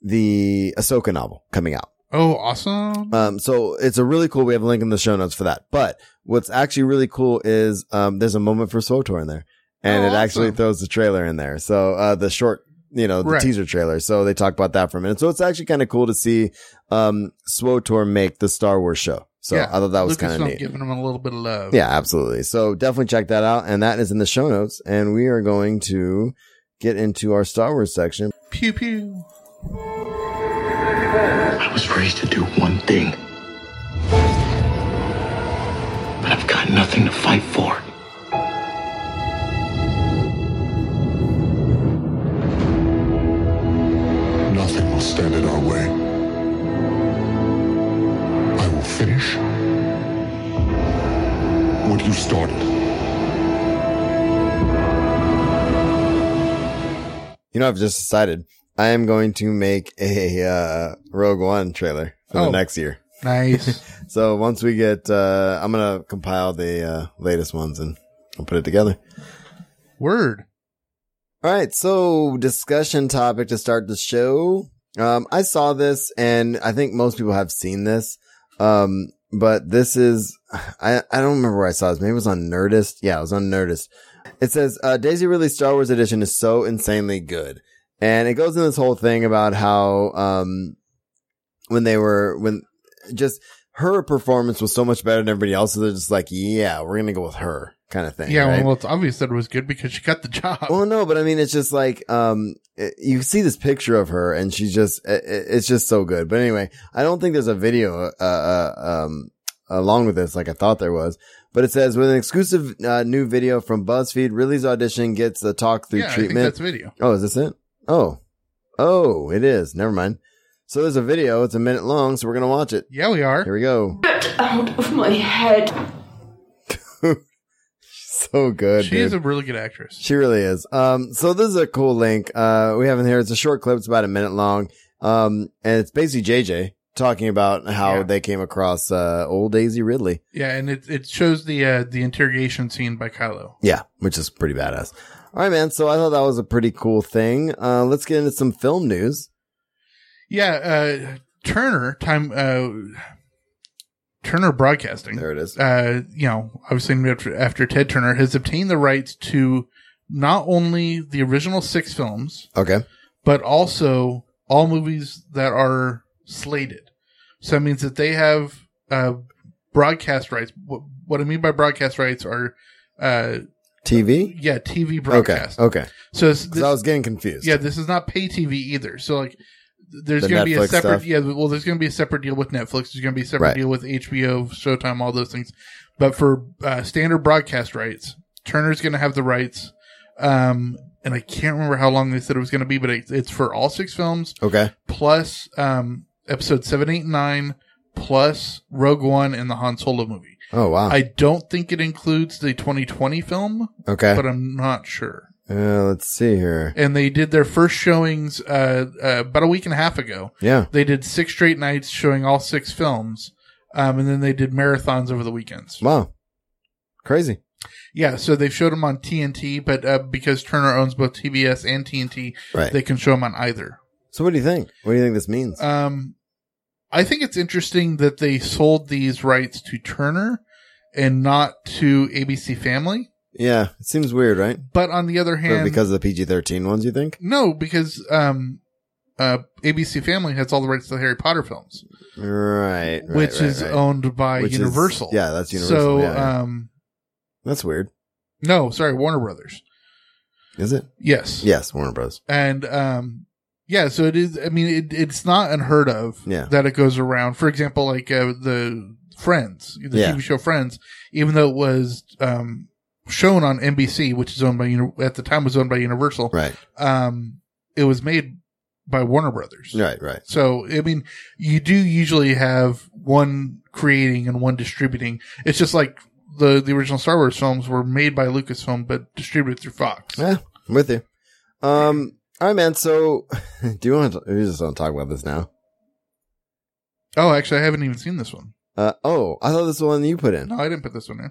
the Ahsoka novel coming out.
Oh, awesome!
Um, so it's a really cool. We have a link in the show notes for that. But what's actually really cool is um, there's a moment for Swotor in there, and
Oh,
it actually
awesome.
throws the trailer in there. So uh, the short, you know, the
Right.
teaser trailer. So they talk about that for a minute. So it's actually kind of cool to see um, Swotor make the Star Wars show. So
Yeah.
I thought that was
Lucasfilm
kind of neat.
Giving them a little bit of love.
Yeah, absolutely. So definitely check that out, and that is in the show notes. And we are going to get into our Star Wars section.
Pew pew.
I was raised to do one thing. But I've got nothing to fight for.
Nothing will stand in our way. I will finish what you started.
You know, I've just decided I am going to make a uh, Rogue One trailer for the
Oh.
next year.
Nice.
So once we get, uh, I'm gonna compile the uh, latest ones and I'll put it together.
Word.
All right, so discussion topic to start the show. Um, I saw this, and I think most people have seen this. Um, but this is, I I don't remember where I saw this. Maybe it was on Nerdist. Yeah, it was on Nerdist. It says uh, Daisy Ridley's Star Wars edition is so insanely good, and it goes in this whole thing about how um, when they were when just her performance was so much better than everybody else, so they're just like, yeah, we're gonna go with her kind of thing.
Yeah.
right?
Well, it's obvious that it was good because she got the job.
Well, no, but I mean, it's just like, um, it- you see this picture of her and she's just, i i- it's just so good. But anyway, I don't think there's a video, uh, uh, um, along with this like I thought there was, but it says with an exclusive, uh, new video from BuzzFeed, Ridley's audition gets the talk through
yeah, I think
treatment.
that's a video.
Oh, is this it? Oh, oh, it is. Never mind. So there's a video. It's a minute long. So we're going to watch it.
Yeah, we are.
Here we go.
out of my head.
So good.
She
dude.
is a really good actress.
She really is. Um, so this is a cool link. Uh, we have in here. It's a short clip. It's about a minute long. Um, and it's basically JJ talking about how
Yeah.
they came across, uh, old Daisy Ridley.
Yeah, and it, it shows the uh, the interrogation scene by Kylo.
Yeah. Which is pretty badass. All right, man. So I thought that was a pretty cool thing. Uh, let's get into some film news.
Yeah, uh, Turner time. Uh, Turner Broadcasting.
There it is.
uh, you know, obviously named after, after Ted Turner, has obtained the rights to not only the original six films,
Okay.
but also all movies that are slated. So that means that they have uh, broadcast rights. What, what I mean by broadcast rights are, uh,
TV.
yeah,
Okay.
TV broadcast.
Okay.
So it's-
Cause I was getting confused.
yeah, this is not pay TV either. So like, th- there's
The
going to be a
Netflix
separate
stuff?
yeah. Well, there's going to be a separate deal with Netflix. There's going to be a separate
Right.
deal with HBO, Showtime, all those things. But for uh, standard broadcast rights, Turner's going to have the rights. Um, and I can't remember how long they said it was going to be, but it, it's for all six films
Okay.
plus um, episode seven, eight, and nine, plus Rogue One and the Han Solo movie.
Oh wow.
I don't think it includes the 2020 film,
okay.
but I'm not sure.
Uh, let's see here.
And they did their first showings uh, uh, about a week and a half ago.
Yeah.
They did six straight nights showing all six films, um, and then they did marathons over the weekends.
Wow. Crazy.
Yeah, so they've showed them on TNT, but uh, because Turner owns both TBS and TNT,
Right.
they can show them on either.
So what do you think? What do you think this means?
Um, I think it's interesting that they sold these rights to Turner and not to ABC Family.
yeah, it seems weird, right?
But on the other
But
hand,
because of the PG thirteen ones, you think?
no, because um, uh, ABC Family has all the rights to the Harry Potter films,
Right. right,
which
right,
is
right.
owned by
Which is-
Universal.
yeah, that's Universal,
So,
yeah, yeah.
um,
That's weird.
no, sorry, Warner Brothers.
Is it?
Yes.
Yes, Warner Bros.
and um yeah so it is i mean it, it's not unheard of
Yeah.
that it goes around for example like uh, the friends the
Yeah.
tv show friends even though it was um shown on nbc which is owned by Uni- at the time was owned by universal
Right.
um it was made by warner brothers
Right. Right.
so i mean you do usually have one creating and one distributing it's just like the the original star wars films were made by lucasfilm but distributed through fox
Yeah, I'm with you. Um. All right, man. So, do you want to? We just want to talk about this now.
oh actually i haven't even seen this one
Uh, oh, I thought this was the one you put in.
No, I didn't put this one in.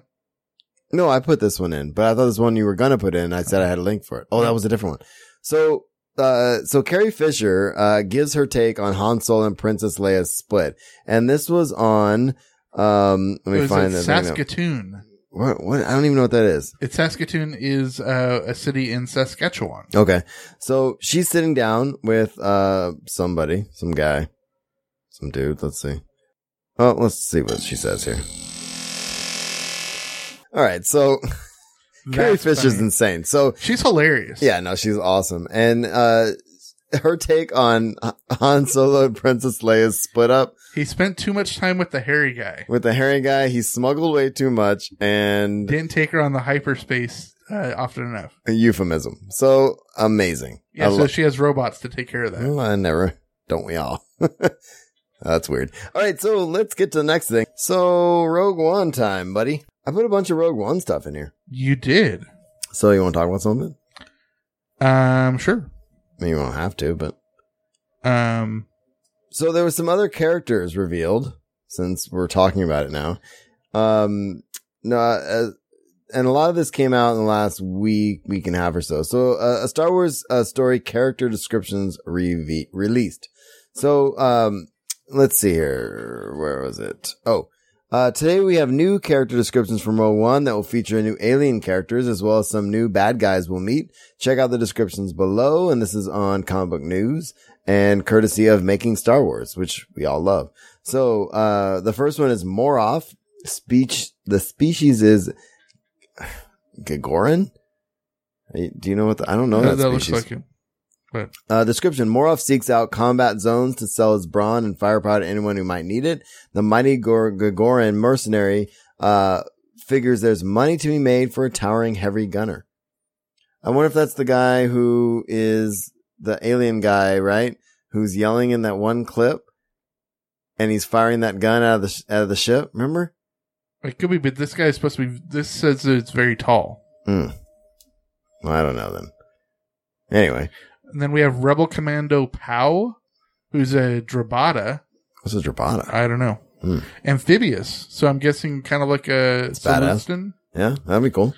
No, I put this one in, but I thought this one you were gonna put in. I said I had a link for it. Oh, that was a different one. So, uh, so Carrie Fisher uh gives her take on Han Solo and Princess Leia's split, and this was on. Um, let me
it was
find
in
the thing now.
Saskatoon.
What? What? I don't even know what that is.
It's Saskatoon is uh, a city in Saskatchewan.
Okay, so she's sitting down with uh somebody, some guy, some dude. Let's see. Oh, let's see what she says here. All right, so Carrie
That's
Fisher's
funny.
insane. So
She's hilarious.
Yeah, no, she's awesome. And uh her take on Han Solo and Princess Leia's split up
He spent too much time with the hairy guy.
with the hairy guy, he smuggled way too much and
Didn't take her on the hyperspace uh, often enough.
a euphemism. So amazing.
Yeah,
I,
so
lo-
she has robots to take care of that.
Well, I never. Don't we all? That's weird. All right, so let's get to the next thing. So Rogue One time, buddy. I put a bunch of Rogue One stuff in here.
You did.
So you want to talk about something?
Um, sure.
I mean, you won't have to, but
Um,
so there were some other characters revealed since we're talking about it now. Um, no, uh, and a lot of this came out in the last week, week and a half or so. So uh, a Star Wars uh, story character descriptions reve- released. So um, let's see here. Where was it? Oh. Uh, today we have new character descriptions from Row 1 that will feature new alien characters as well as some new bad guys we'll meet. Check out the descriptions below and this is on comic book news and courtesy of making Star Wars, which we all love. So, uh, the first one is Moroff. Speech, the species is Gagoran? Hey, Do you know what the, I don't know
that,
that,
that looks
species.
like it. But
Uh, description. Morov seeks out combat zones to sell his brawn and firepower to anyone who might need it. The mighty Gor- Gorgoran mercenary, uh, figures there's money to be made for a towering heavy gunner. I wonder if that's the guy who is the alien guy, right? Who's yelling in that one clip and he's firing that gun out of the, sh- out of the ship. Remember?
it could be, but this guy is supposed to be, this says that it's very tall.
Well, I don't know then. Anyway,
And then we have Rebel Commando Pow, who's a Drabada.
what's a Drabada?
I don't know.
Hmm.
Amphibious. So I'm guessing kind of like a
badass.
Silverston.
Yeah, that'd be cool.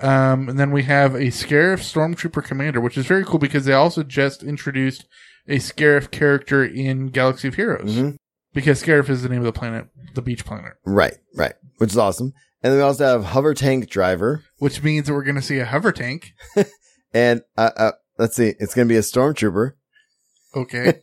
Um, and then we have a Scarif Stormtrooper Commander, which is very cool because they also just introduced a Scarif character in Galaxy of Heroes.
Mhm.
Because Scarif is the name of the planet, the beach planet,
Right, right. Which is awesome. And then we also have Hover Tank Driver.
which means that we're going to see a hover tank.
And uh, uh, let's see, it's going to be a stormtrooper.
Okay.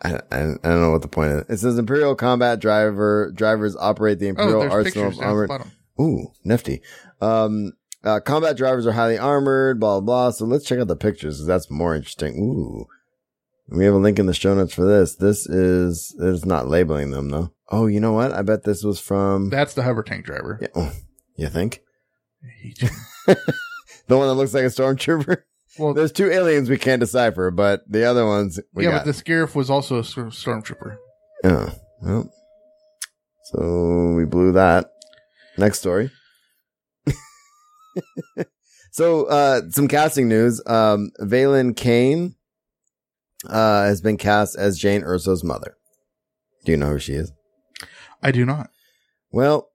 I, I, I don't know what the point is. It says Imperial combat driver drivers operate the
oh,
Imperial
there's
arsenal of
pictures down at the
armored.
bottom.
Ooh, nifty. Um, uh, combat drivers are highly armored. Blah blah. blah. So let's check out the pictures 'cause that's more interesting. Ooh, we have a link in the show notes for this. This is it's not labeling them though. Oh, you know what? I bet this was from.
That's the hover tank driver.
Yeah, oh, you think
He just-
the one that looks like a stormtrooper?
Well,
There's two aliens we can't decipher, but the other ones we
yeah,
got.
but the Scarif was also a sor- Stormtrooper.
Oh, well, So we blew that. Next story. so uh some casting news. Um Valen Kane uh has been cast as Jane Urso's mother. Do you know who she is?
I do not.
Well,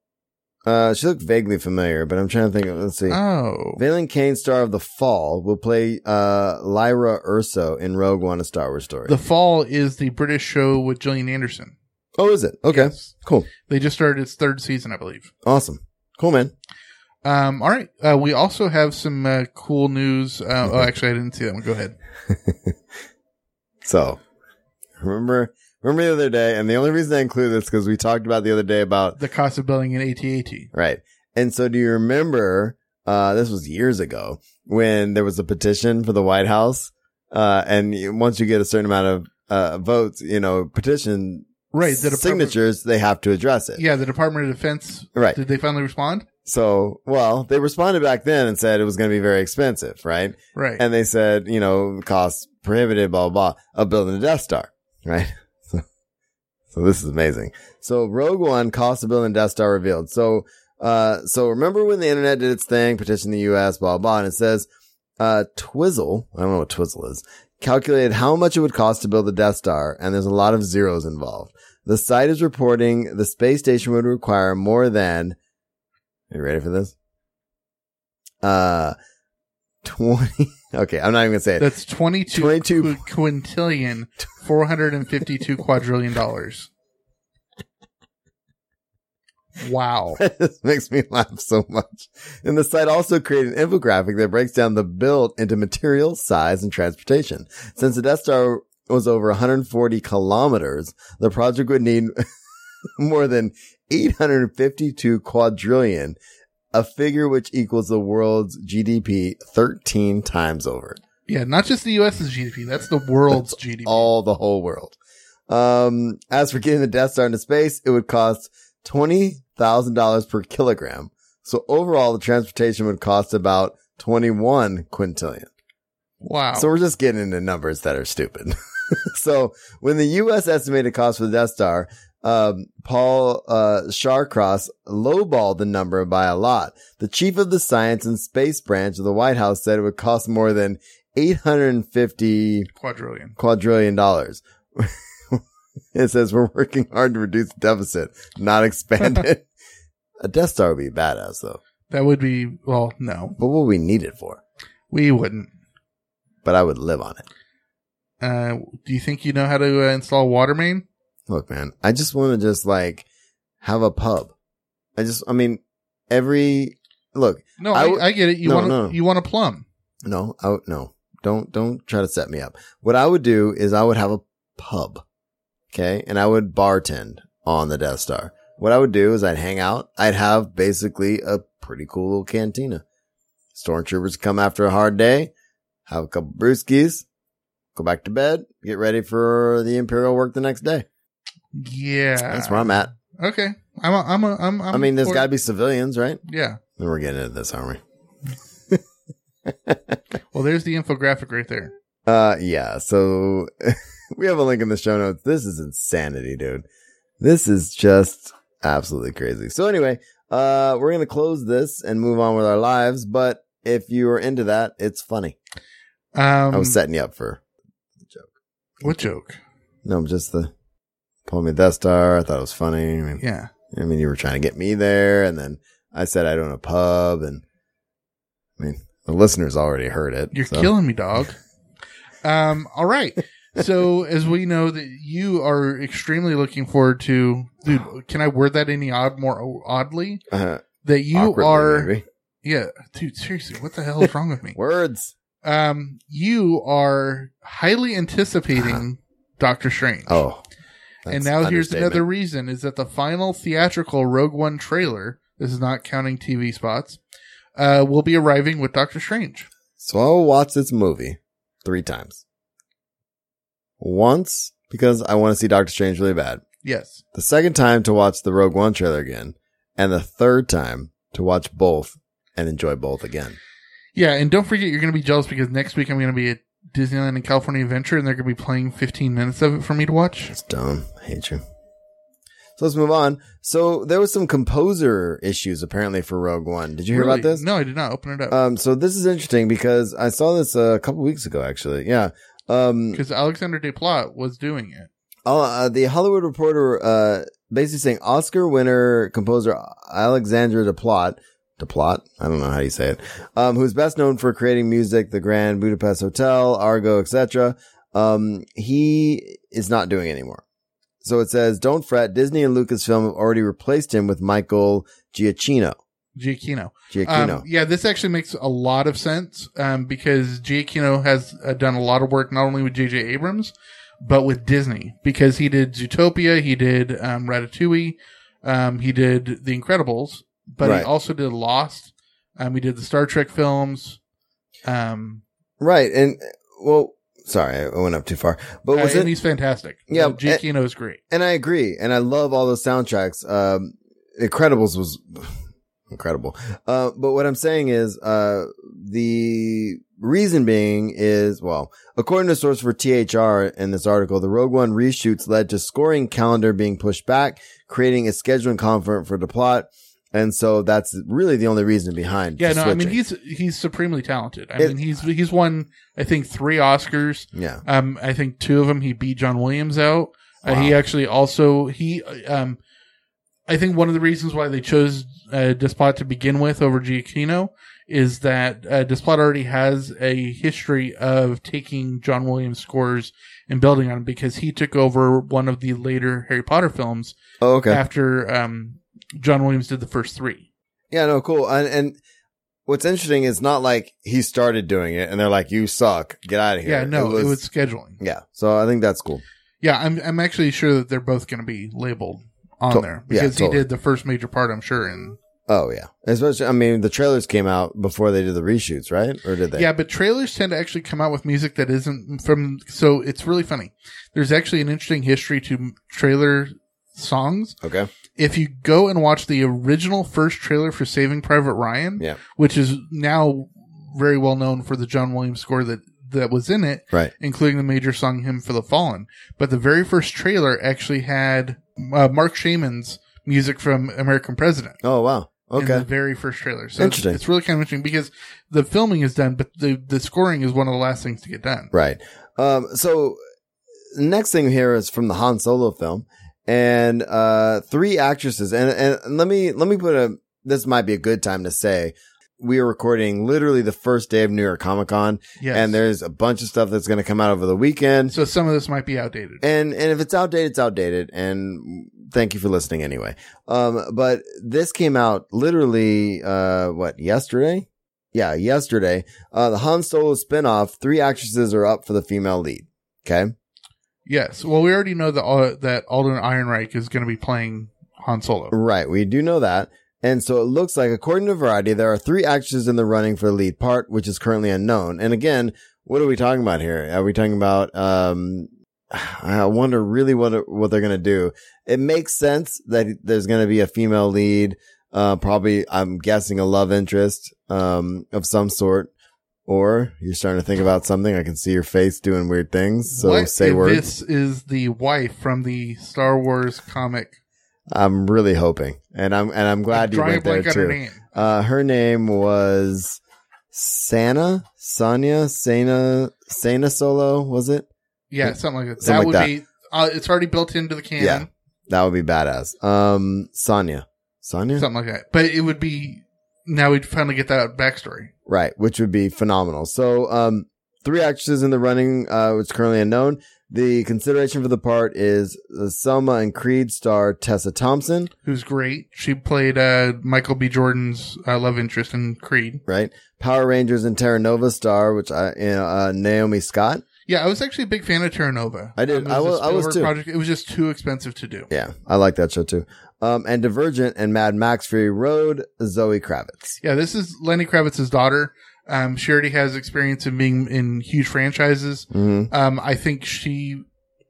uh she looked vaguely familiar, but I'm trying to think of let's see.
Oh.
Valen Kane, star of The Fall, will play uh Lyra Urso in Rogue One a Star Wars story.
The Fall is the British show with Gillian Anderson.
oh, is it? Okay.
Yes.
Cool.
They just started its third season, I believe.
Awesome. Cool man.
Um, all right. Uh, we also have some uh, cool news. Uh, oh, actually, I didn't see that one. Go ahead.
So remember remember the other day, and the only reason I include this because we talked about the other day about
The cost of building an ATAT.
right. And so do you remember uh this was years ago when there was a petition for the White House? Uh and you, once you get a certain amount of uh votes, you know, petition
Right. The Department-
signatures, they have to address it.
Yeah, the Department of Defense.
Right.
Did they finally respond?
So well, they responded back then and said it was gonna be very expensive, right?
Right.
And they said, you know, cost prohibited, blah, blah, blah, of building a Death Star, right? So, so this is amazing. So Rogue One, cost of building a Death Star revealed. So, uh, so remember when the internet did its thing, petitioned the U.S., blah, blah, and it says, uh, Twizzle, I don't know what Twizzle is, calculated how much it would cost to build the Death Star, and there's a lot of zeros involved. The site is reporting the space station would require more than, are you ready for this? Uh, 20, okay, I'm not even gonna say it.
That's 22,
22
qu- quintillion, 452 quadrillion dollars. Wow.
this makes me laugh so much. And the site also created an infographic that breaks down the build into material, size, and transportation. Since the Death Star was over 140 kilometers, the project would need more than 852 quadrillion, a figure which equals the world's GDP 13 times over.
Yeah, not just the U.S.'s GDP. That's the world's GDP.
all the whole world. Um, as for getting the Death Star into space, it would cost twenty thousand dollars per kilogram. So overall, the transportation would cost about twenty-one quintillion.
wow.
So we're just getting into numbers that are stupid. so when the U.S. estimated cost for the Death Star, um, Paul uh, Sharcross lowballed the number by a lot. The chief of the science and space branch of the White House said it would cost more than eight hundred and fifty
quadrillion.
quadrillion dollars. it says we're working hard to reduce the deficit, not expand it. A Death Star would be badass though.
That would be, well, no,
What would we need it for?
we wouldn't.
But I would live on it.
Uh, do you think you know how to uh, install water main?
Look, man, I just want to just like have a pub. I just, I mean, every look,
No,
I
I,
w-
I get it. You
No,
want
no.
you want a plum.
no, I would- no, don't, don't try to set me up. What I would do is I would have a pub. Okay. And I would bartend on the Death Star. What I would do is I'd hang out. I'd have basically a pretty cool little cantina. Stormtroopers come after a hard day, have a couple brewskis, go back to bed, get ready for the Imperial work the next day.
Yeah,
That's where I'm at.
Okay, I'm a, I'm a, I'm, I'm
I mean, there's
Um, for-
gotta be civilians, right?
Yeah.
Then we're getting into this, aren't we?
Well, there's the infographic right there.
Uh, yeah. So we have a link in the show notes. This is insanity, dude. This is just absolutely crazy. So anyway, uh, we're going to close this and move on with our lives. But if you are into that, it's funny.
Um,
I was setting you up for,
What joke?
no, just the pull me Death Star. I thought it was funny. I mean,
Yeah.
I mean, you were trying to get me there. And then I said, I'd own a pub. And I mean, the listeners already heard it.
You're
so-
killing me, dog. Um, all right. So as we know that you are extremely looking forward to, dude. Can I word that any odd more oddly?
Uh,
That you
awkwardly,
are,
maybe.
yeah, dude. Seriously, what the hell is wrong with me?
words.
Um, you are highly anticipating Doctor Strange.
Oh.
and
that's
now here's
understatement.
another reason is that the final theatrical Rogue One trailer, this is not counting TV spots, uh, will be arriving with Doctor Strange.
So I'll watch this movie three times. Once because I want to see Doctor Strange really bad.
Yes.
The second time to watch the Rogue One trailer again, and the third time to watch both and enjoy both again.
Yeah, and don't forget you're going to be jealous because next week I'm going to be at Disneyland and California Adventure and they're going to be playing 15 minutes of it for me to watch.
It's dumb. I hate you. So let's move on. So there was some composer issues apparently for Rogue One. Did you hear
Really?
about this?
No, I did not open it up
Um, so this is interesting because I saw this uh, a couple weeks ago, actually. Yeah. Um,
because Alexander Desplat was doing it.
uh, the Hollywood Reporter, uh, basically saying Oscar winner composer Alexandra Desplat, Desplat, I don't know how you say it, um, who's best known for creating music, The Grand Budapest Hotel, Argo, etc. Um, he is not doing it anymore. So it says, don't fret, Disney and Lucasfilm have already replaced him with Michael Giacchino.
Giacchino.
Giacchino.
Um, yeah, this actually makes a lot of sense um, because Giacchino has uh, done a lot of work not only with J.J. Abrams but with Disney because he did Zootopia, he did um, Ratatouille, um, he did The Incredibles, but
Right.
he also did Lost. Um, he did the Star Trek films. Um,
Right. And well, sorry, I went up too far, but
uh,
was
and
it?
he's fantastic.
Yeah,
Um, Giacchino is great.
And I agree. And I love all those soundtracks. Um, Incredibles was incredible. Uh, but what I'm saying is, uh, the reason being is, well, according to a source for THR in this article, the Rogue One reshoots led to scoring calendar being pushed back, creating a scheduling conflict for the plot. And so that's really the only reason behind.
Yeah,
the
no, I mean
switching.
he's he's supremely talented. I
It-
mean he's he's won I think three Oscars.
yeah.
Um, I think two of them he beat John Williams out. Uh, he actually also he um, I think one of the reasons why they chose uh, Desplat to begin with over Giacchino is that uh, Desplat already has a history of taking John Williams scores and building on them because he took over one of the later Harry Potter films
Oh, okay.
after um, John Williams did the first three.
Yeah, no, cool. And, and what's interesting is not like he started doing it and they're like, you suck. Get out of here.
Yeah, no, it was scheduling.
yeah. So I think that's cool.
Yeah, I'm I'm actually sure that they're both going to be labeled on
To-
there
yeah,
because he
totally.
did the first major part, I'm sure. And
Oh, yeah. Especially, I mean, the trailers came out before they did the reshoots, right? Or did they?
yeah, but trailers tend to actually come out with music that isn't from. So it's really funny. There's actually an interesting history to trailer songs.
Okay.
If you go and watch the original first trailer for Saving Private Ryan,
Yeah.
which is now very well known for the John Williams score that that was in it,
Right.
including the major song "Hymn for the Fallen." But the very first trailer actually had uh, Mark Shaman's music from American President
Oh, wow.
in
Okay.
the very first trailer. So it's-
Interesting.
It's, really kind of interesting because the filming is done, but the the scoring is one of the last things to get done.
Right. Um, so next thing here is from the Han Solo film and, uh, three actresses. And, and let me, let me put a, this might be a good time to say we are recording literally the first day of New York Comic Con.
Yes.
And there's a bunch of stuff that's going to come out over the weekend.
so some of this might be outdated.
And, and if it's outdated, it's outdated. And thank you for listening anyway. Um, but this came out literally, uh, what, yesterday? Yeah, yesterday. Uh, the Han Solo spinoff, three actresses are up for the female lead. Okay.
yes. Well, we already know that uh, that Alden Ehrenreich is going to be playing Han Solo.
Right. We do know that. And so it looks like, according to Variety, there are three actresses in the running for the lead part, which is currently unknown. And again, what are we talking about here? Are we talking about, um, I wonder really what, what they're going to do. It makes sense that there's going to be a female lead, uh, probably, I'm guessing a love interest, um, of some sort. Or you're starting to think about something. I can see your face doing weird things. So
What
say
if
words.
This is the wife from the Star Wars comic.
I'm really hoping. And I'm, and I'm glad you
Drawing a
went there
blank on
too.
her name.
Uh, her name was Sana, Sanya, Sana, Sana Solo, was it?
Yeah, something like that.
Something
that
like
would be. Uh, it's already built into the canon.
Yeah. That would be badass. Um, Sanya. Sanya?
Something like that. But it would be. Now we'd finally get that backstory.
Right, which would be phenomenal. So, um, three actresses in the running, uh, it's currently unknown. The consideration for the part is uh, Selma and Creed star Tessa Thompson,
who's great. She played uh, Michael B. Jordan's uh, love interest in Creed.
right? Power Rangers and Terra Nova star, which I, you know, uh, Naomi Scott.
Yeah, I was actually a big fan of Terra Nova.
I did.
it
I
a
was- I was
Spielberg
too.
Project. It was just too expensive to do.
Yeah, I like that show too. Um, and Divergent and Mad Max Fury Road, Zoe Kravitz.
Yeah, this is Lenny Kravitz's daughter. Um, she already has experience in being in huge franchises.
Mhm.
Um, I think she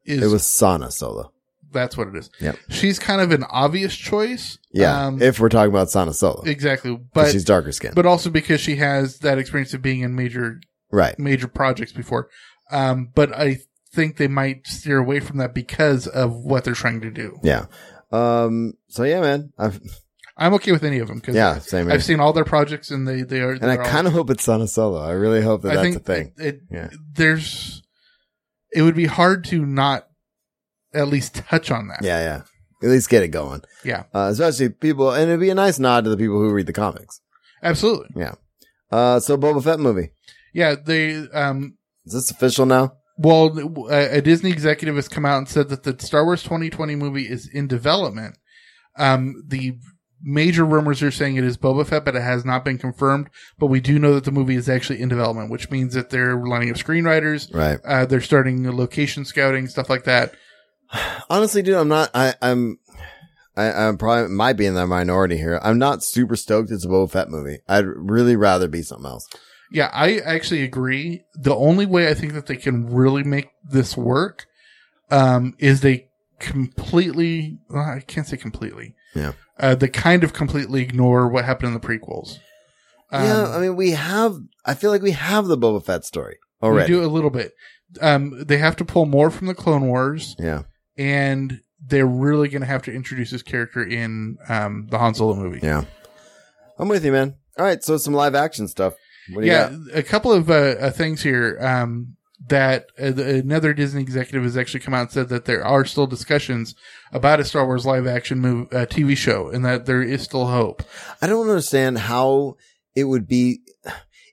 is.
It was Sana Solo.
that's what it is.
Yep.
She's kind of an obvious choice.
Yeah,
Um,
if we're talking about Sana Solo, 'cause
exactly. But
she's darker skinned.
but also because she has that experience of being in major
right.
major projects before. Um, but I think they might steer away from that because of what they're trying to do.
Yeah. Um, so yeah, man, I've,
I'm okay with any of them because
Yeah, same here.
I've seen all their projects and they they are.
and I kind of hope it's on a solo. I really hope that
I
that's
think
a thing.
It, it-
Yeah.
There's. It would be hard to not at least touch on that.
Yeah, yeah. At least get it going.
Yeah.
Uh, especially people, and it'd be a nice nod to the people who read the comics.
Absolutely.
Yeah. Uh, so Boba Fett movie.
Yeah. They um.
Is this official now?
Well, a, a Disney executive has come out and said that the Star Wars 2020 movie is in development. Um, the major rumors are saying it is Boba Fett, but it has not been confirmed. But we do know that the movie is actually in development, which means that they're lining up screenwriters.
Right.
Uh, they're starting location scouting, stuff like that.
Honestly, dude, I'm not, I, I'm, I, I'm probably might be in the minority here. I'm not super stoked it's a Boba Fett movie. I'd really rather be something else.
Yeah, I actually agree. The only way I think that they can really make this work um, is they completely, well, I can't say completely.
Yeah.
Uh, they kind of completely ignore what happened in the prequels. Um,
yeah. I mean, we have, I feel like we have the Boba Fett story
we
already.
do a little bit. Um, they have to pull more from the Clone Wars,
yeah.
and they're really going to have to introduce his character in um, the Han Solo movie.
Yeah. I'm with you, man. All right. So some live action stuff. What do you
yeah,
got?
a couple of uh, uh, things here um, that uh, the- another Disney executive has actually come out and said that there are still discussions about a Star Wars live action move, uh, TV show, and that there is still hope.
I don't understand how it would be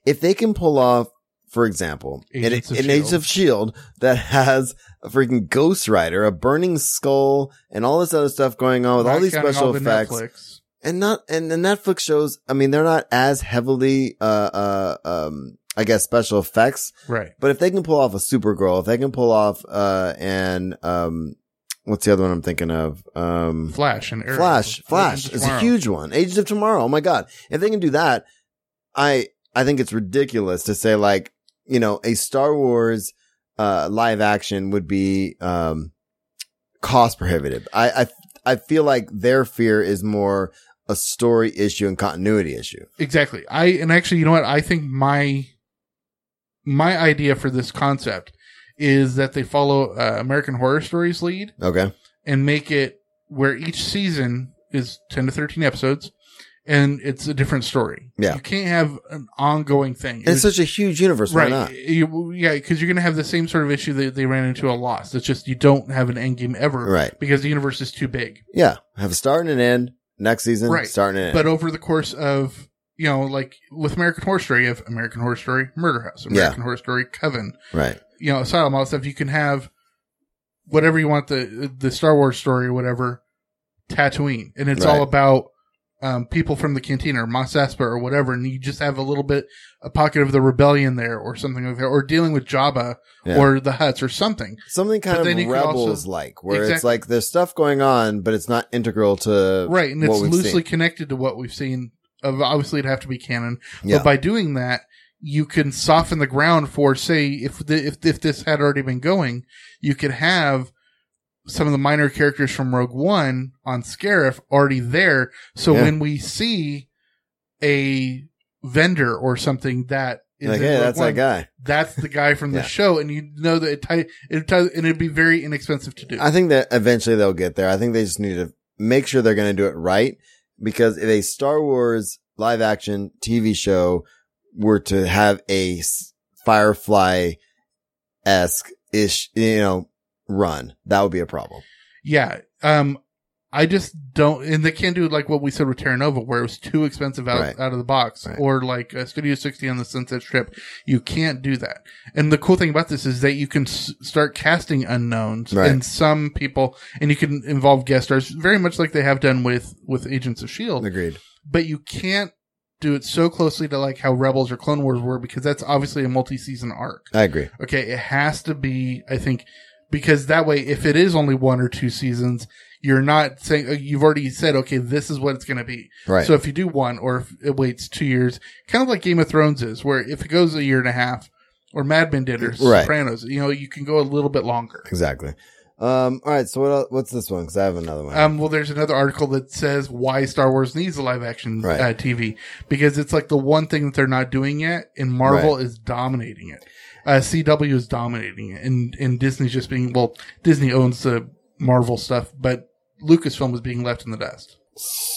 if they can pull off, for example, an,
Agents of
an Agents
S.H.I.E.L.D.
of Shield E that has a freaking Ghost Rider, a burning skull, and all this other stuff going on Oh, with all
Not
these
counting
special
the
effects,
Netflix.
and not and the Netflix shows. I mean, they're not as heavily, uh, uh, um, I guess special effects,
Right.
but if they can pull off a Supergirl, if they can pull off, uh, and um, what's the other one I'm thinking of? Um,
Flash and Arrow.
Flash, Flash
Legends
is a
Tomorrow.
huge one. Agents of Tomorrow. Oh my god! If they can do that, I I think it's ridiculous to say like you know a Star Wars uh, live action would be um, cost prohibitive. I, I I feel like their fear is more a story issue and continuity issue.
Exactly. I and actually, you know what? I think my my idea for this concept is that they follow uh, American Horror Stories lead,
Okay,
and make it where each season is 10 to 13 episodes and it's a different story.
Yeah.
You can't have an ongoing thing. It
and it's
was-
such a huge universe. Why
right.
not?
You, yeah, because you're going to have the same sort of issue that they ran into a loss. It's just you don't have an end game ever.
Right.
Because the universe is too big.
Yeah, have a start and an end. Next season,
Right.
start and an end.
But over the course of, you know, like with American Horror Story, you have American Horror Story Murder House, American Horror Story Coven,
right.
you know, Asylum, all that stuff. You can have whatever you want the the Star Wars story or whatever, Tatooine, and it's all
Right.
about um, people from the cantina or Mos Espa or whatever, and you just have a little bit a pocket of the rebellion there or something like that, or dealing with Jabba
Yeah.
or the Huts or something.
something kind
But then you
of
could also-
rebels like where it's
Exactly.
like there's stuff going on but it's not integral to
right and
what
it's
we've
loosely
seen.
connected to what we've seen of obviously it'd have to be canon
Yeah.
but by doing that you can soften the ground for say if the, if if this had already been going you could have some of the minor characters from Rogue One on Scarif already there so
Yeah.
when we see a vendor or something that is
like
in
hey
Rogue
that's
One,
that guy
that's the guy from
Yeah.
the show and you know that it, ti- it ti- and it'd be very inexpensive to do
i think that eventually they'll get there i think they just need to make sure they're going to do it right because if a star wars live action tv show were to have a s- firefly esque ish you know run that would be a problem
Yeah. Um, I just don't, and they can't do like what we said with Terra Nova, where it was too expensive out,
Right.
out of the box,
Right.
or like uh, Studio 60 on the Sunset Strip. You can't do that. And the cool thing about this is that you can s- start casting unknowns
Right.
and some people, and you can involve guest stars, very much like they have done with with Agents of Shield.
agreed
E But you can't do it so closely to like how Rebels or Clone Wars were, because that's obviously a multi season arc.
i agree
Okay, it has to be, I think, because that way, if it is only one or two seasons, you're not saying uh, you've already said, okay, this is what it's going to be.
Right.
So if you do one, or if it waits two years, kind of like Game of Thrones is, where if it goes a year and a half, or Mad Men did, or
Right.
Sopranos, you know, you can go a little bit longer.
exactly um all right so what else, what's this one because i have another one
Um, well, there's another article that says why Star Wars needs a live action
Right.
uh, TV because it's like the one thing that they're not doing yet, and Marvel is dominating it. Uh, CW is dominating it, and and Disney's just being well, Disney owns the Marvel stuff, but Lucasfilm was being left in the dust.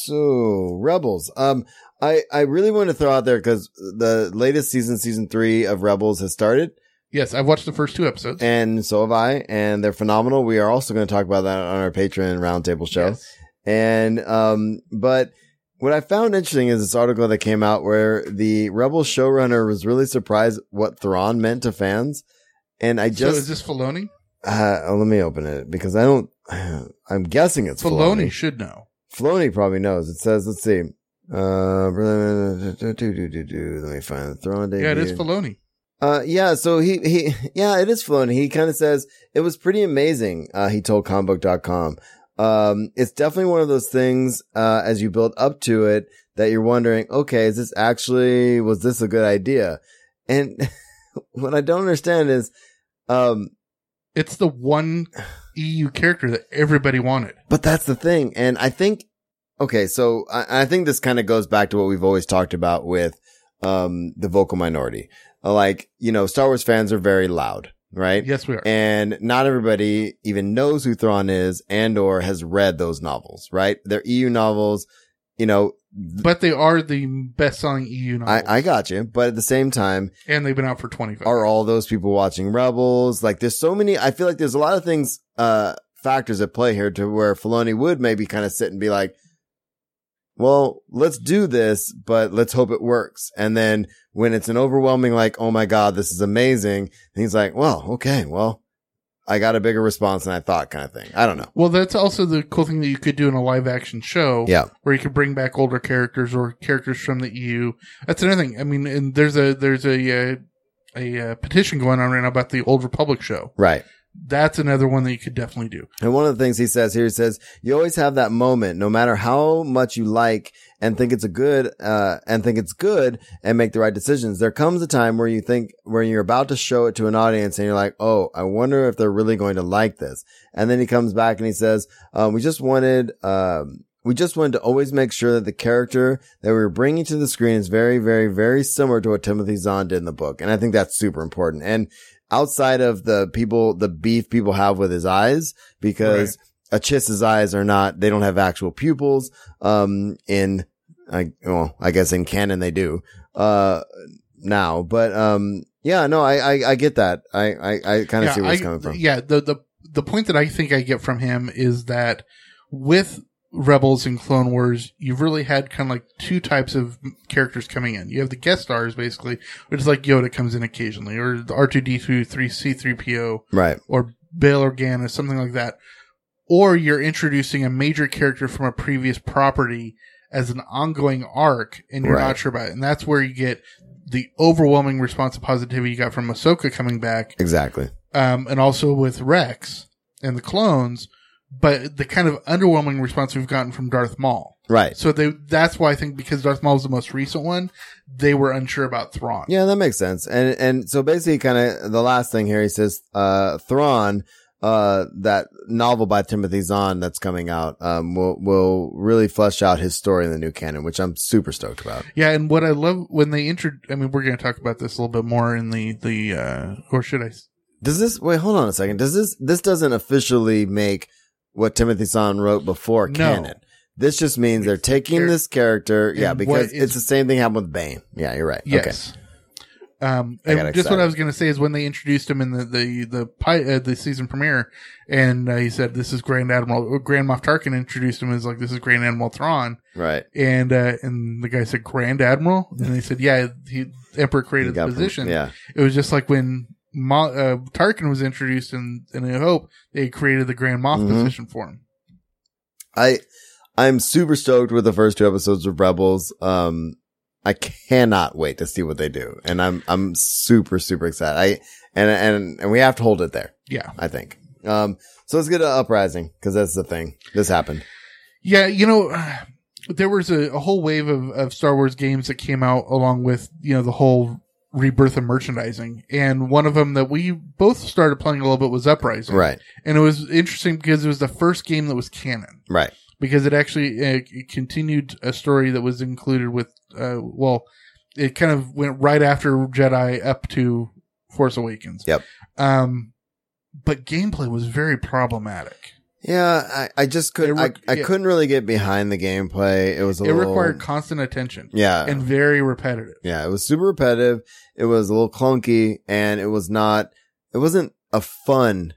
So Rebels. Um, I I really want to throw out there because the latest season, season three of Rebels has started,
Yes, I've watched the first two episodes.
and so have I, and they're phenomenal. We are also going to talk about that on our Patreon roundtable show.
Yes.
And um, but what I found interesting is this article that came out where the Rebel showrunner was really surprised what Thrawn meant to fans, and I
so
just
is this Filoni?
uh, oh, let me open it because I don't. I'm guessing it's
Filoni
Filoni.
should know.
Filoni probably knows. It says, let's see. Uh, let me find the Thrawn debut.
Yeah, it is Filoni.
Uh, yeah, so he, he, yeah, it is Filoni. He kind of says it was pretty amazing. Uh, he told comicbook.com. Um, it's definitely one of those things, uh, as you build up to it that you're wondering, okay, is this actually, was this a good idea? And what I don't understand is, um,
It's the one EU character that everybody wanted.
But that's the thing. And I think, okay, so I, I think this kind of goes back to what we've always talked about with, um, the vocal minority. Uh, Like, you know, Star Wars fans are very loud, right?
Yes, we are.
And not everybody even knows who Thrawn is and or has read those novels, right? They're EU novels, you know,
but they are the best-selling E EU novels,
I, I got you. But at the same time,
and they've been out for twenty-five.
are all those people watching Rebels? Like, there's so many. I feel like there's a lot of things, uh, factors at play here to where Filoni would maybe kind of sit and be like, well, let's do this, but let's hope it works. And then when it's an overwhelming, like, oh my God, this is amazing. And he's like, well, okay, well, I got a bigger response than I thought kind of thing. I don't know.
Well, that's also the cool thing that you could do in a live-action show.
Yeah.
where you could bring back older characters or characters from the EU. That's another thing. I mean, and there's a there's a uh, a uh, petition going on right now about the Old Republic show.
Right.
That's another one that you could definitely do.
And one of the things he says here, he says, you always have that moment, no matter how much you like and think it's a good, uh, and think it's good and make the right decisions. There comes a time where you think, where you're about to show it to an audience and you're like, Oh, I wonder if they're really going to like this. And then he comes back and he says, um, we just wanted, um, we just wanted to always make sure that the character that we were bringing to the screen is very, very, very similar to what Timothy Zahn did in the book. And I think that's super important. And outside of the people, the beef people have with his eyes, because a Achiss's eyes are not, they don't have actual pupils. Um, in, I, well, I guess in canon they do, uh, now, but, um, yeah, no, I, I, I get that. I, I, I kind of see where it's
I-
coming from.
Yeah, the, the the point that I think I get from him is that with Rebels and Clone Wars, you've really had kind of like two types of characters coming in. You have the guest stars basically, which is like Yoda comes in occasionally, or the R two D two three C three PO,
Right.
or Bail Organa, something like that. Or you're introducing a major character from a previous property as an ongoing arc, and you're
Right.
not sure about it. And that's where you get the overwhelming response of positivity you got from Ahsoka coming back,
Exactly.
um, and also with Rex and the clones, but the kind of underwhelming response we've gotten from Darth Maul.
Right.
So they, that's why I think because Darth Maul was the most recent one, they were unsure about Thrawn.
Yeah, that makes sense. And and so basically, kind of the last thing here, he says, uh, Thrawn, uh, that novel by Timothy Zahn that's coming out, um, will will really flesh out his story in the new canon, which I'm super stoked about.
Yeah, and what I love when they intro, I mean, we're going to talk about this a little bit more in the the, uh, or should I? s-
Does this wait? Hold on a second. Does this this doesn't officially make what Timothy Zahn wrote before
No.
canon? This just means they're taking this character, yeah,
And
because
what is-
it's the same thing happened with Bane. Yeah, you're right.
Yes. Um,
I got
and just what
excited.
I was going to say is when they introduced him in the the the pi- uh, the season premiere, and uh, he said, "This is Grand Admiral or Grand Moff Tarkin." Introduced him as like, "This is Grand Admiral Thrawn,"
Okay, right.
and uh, and the guy said Grand Admiral, and they said, yeah, he Emperor
You
created
got
the
from-
position.
yeah,
It was just like when Mo- uh, Tarkin was introduced in in A New Hope, they created the Grand Moff
Mhm.
position for him.
I I'm super stoked with the first two episodes of Rebels. Um I cannot wait to see what they do. And I'm I'm super, super excited. I and and and we have to hold it there,
Yeah,
I think. Um so let's get to uprising, because that's the thing. This happened.
yeah. You know, there was a, a whole wave of of Star Wars games that came out along with you know the whole rebirth of merchandising, and one of them that we both started playing a little bit was Uprising,
Right.
And it was interesting because it was the first game that was canon.
Right.
because it actually uh, it continued a story that was included with uh, well it kind of went right after jedi up to force awakens
Yep.
um but gameplay was very problematic
Yeah, I, I just couldn't.
It re-
I, I
yeah.
couldn't really get behind the gameplay. It was a
It
little,
required constant attention
yeah,
and very repetitive.
yeah. It was super repetitive. It was a little clunky, and it was not. It wasn't a fun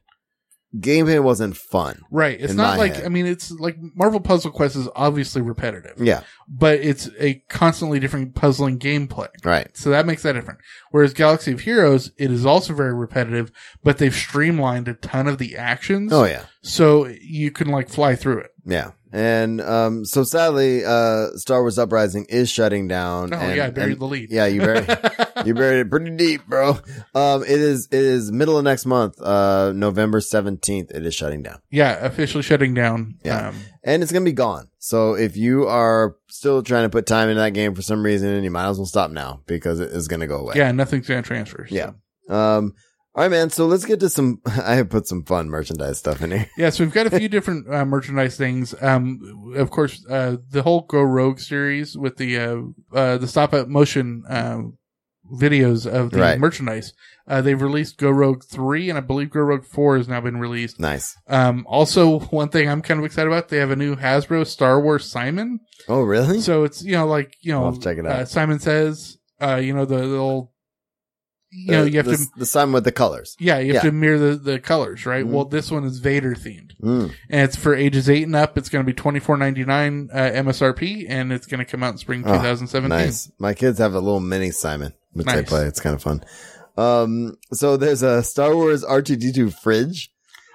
gameplay. Wasn't fun.
Right. It's
In
not
my
like
head.
I mean it's like Marvel Puzzle Quest is obviously repetitive,
Yeah,
but it's a constantly different puzzling gameplay.
right.
So that makes that different. Whereas Galaxy of Heroes, it is also very repetitive, but they've streamlined a ton of the actions.
Oh yeah,
So you can like fly through it.
yeah. And um, so sadly, uh, Star Wars Uprising is shutting down.
Oh
and,
yeah, I buried
and-
the lead.
Yeah, you buried. you buried it pretty deep, bro. Um, it is. It is middle of next month. Uh, November seventeenth. It is shutting down.
yeah, officially shutting down.
Yeah.
Um,
and it's gonna be gone. So if you are still trying to put time into that game for some reason, you might as well stop now because it is gonna go away.
yeah, nothing's gonna transfer. so.
Yeah. Um. All right, man. So let's get to some. I have put some fun merchandise stuff in here.
Yeah, so we've got a few different uh, merchandise things. Um, of course, uh, the whole Go Rogue series with the uh, uh, the stop at motion um, videos of the
Right.
merchandise. Uh, they've released Go Rogue three, and I believe Go Rogue four has now been released.
Nice.
Um, also, one thing I'm kind of excited about: they have a new Hasbro Star Wars Simon.
Oh, really?
So it's you know like you know
I'll have to check it out.
Uh, Simon says, uh, you know the, the old, you know
Uh,
you have
the,
to.
the sign with the colors.
Yeah, you have
yeah.
to mirror the, the colors, right?
Mhm.
Well, this one is Vader themed
Mm.
and it's for ages eight and up. It's going to be twenty four ninety nine uh, MSRP, and it's going to come out in spring two
Oh,
thousand seventeen.
Nice. My kids have a little mini Simon, which they
Nice.
play. It's kind of fun. Um. So there's a Star Wars R2D2 fridge.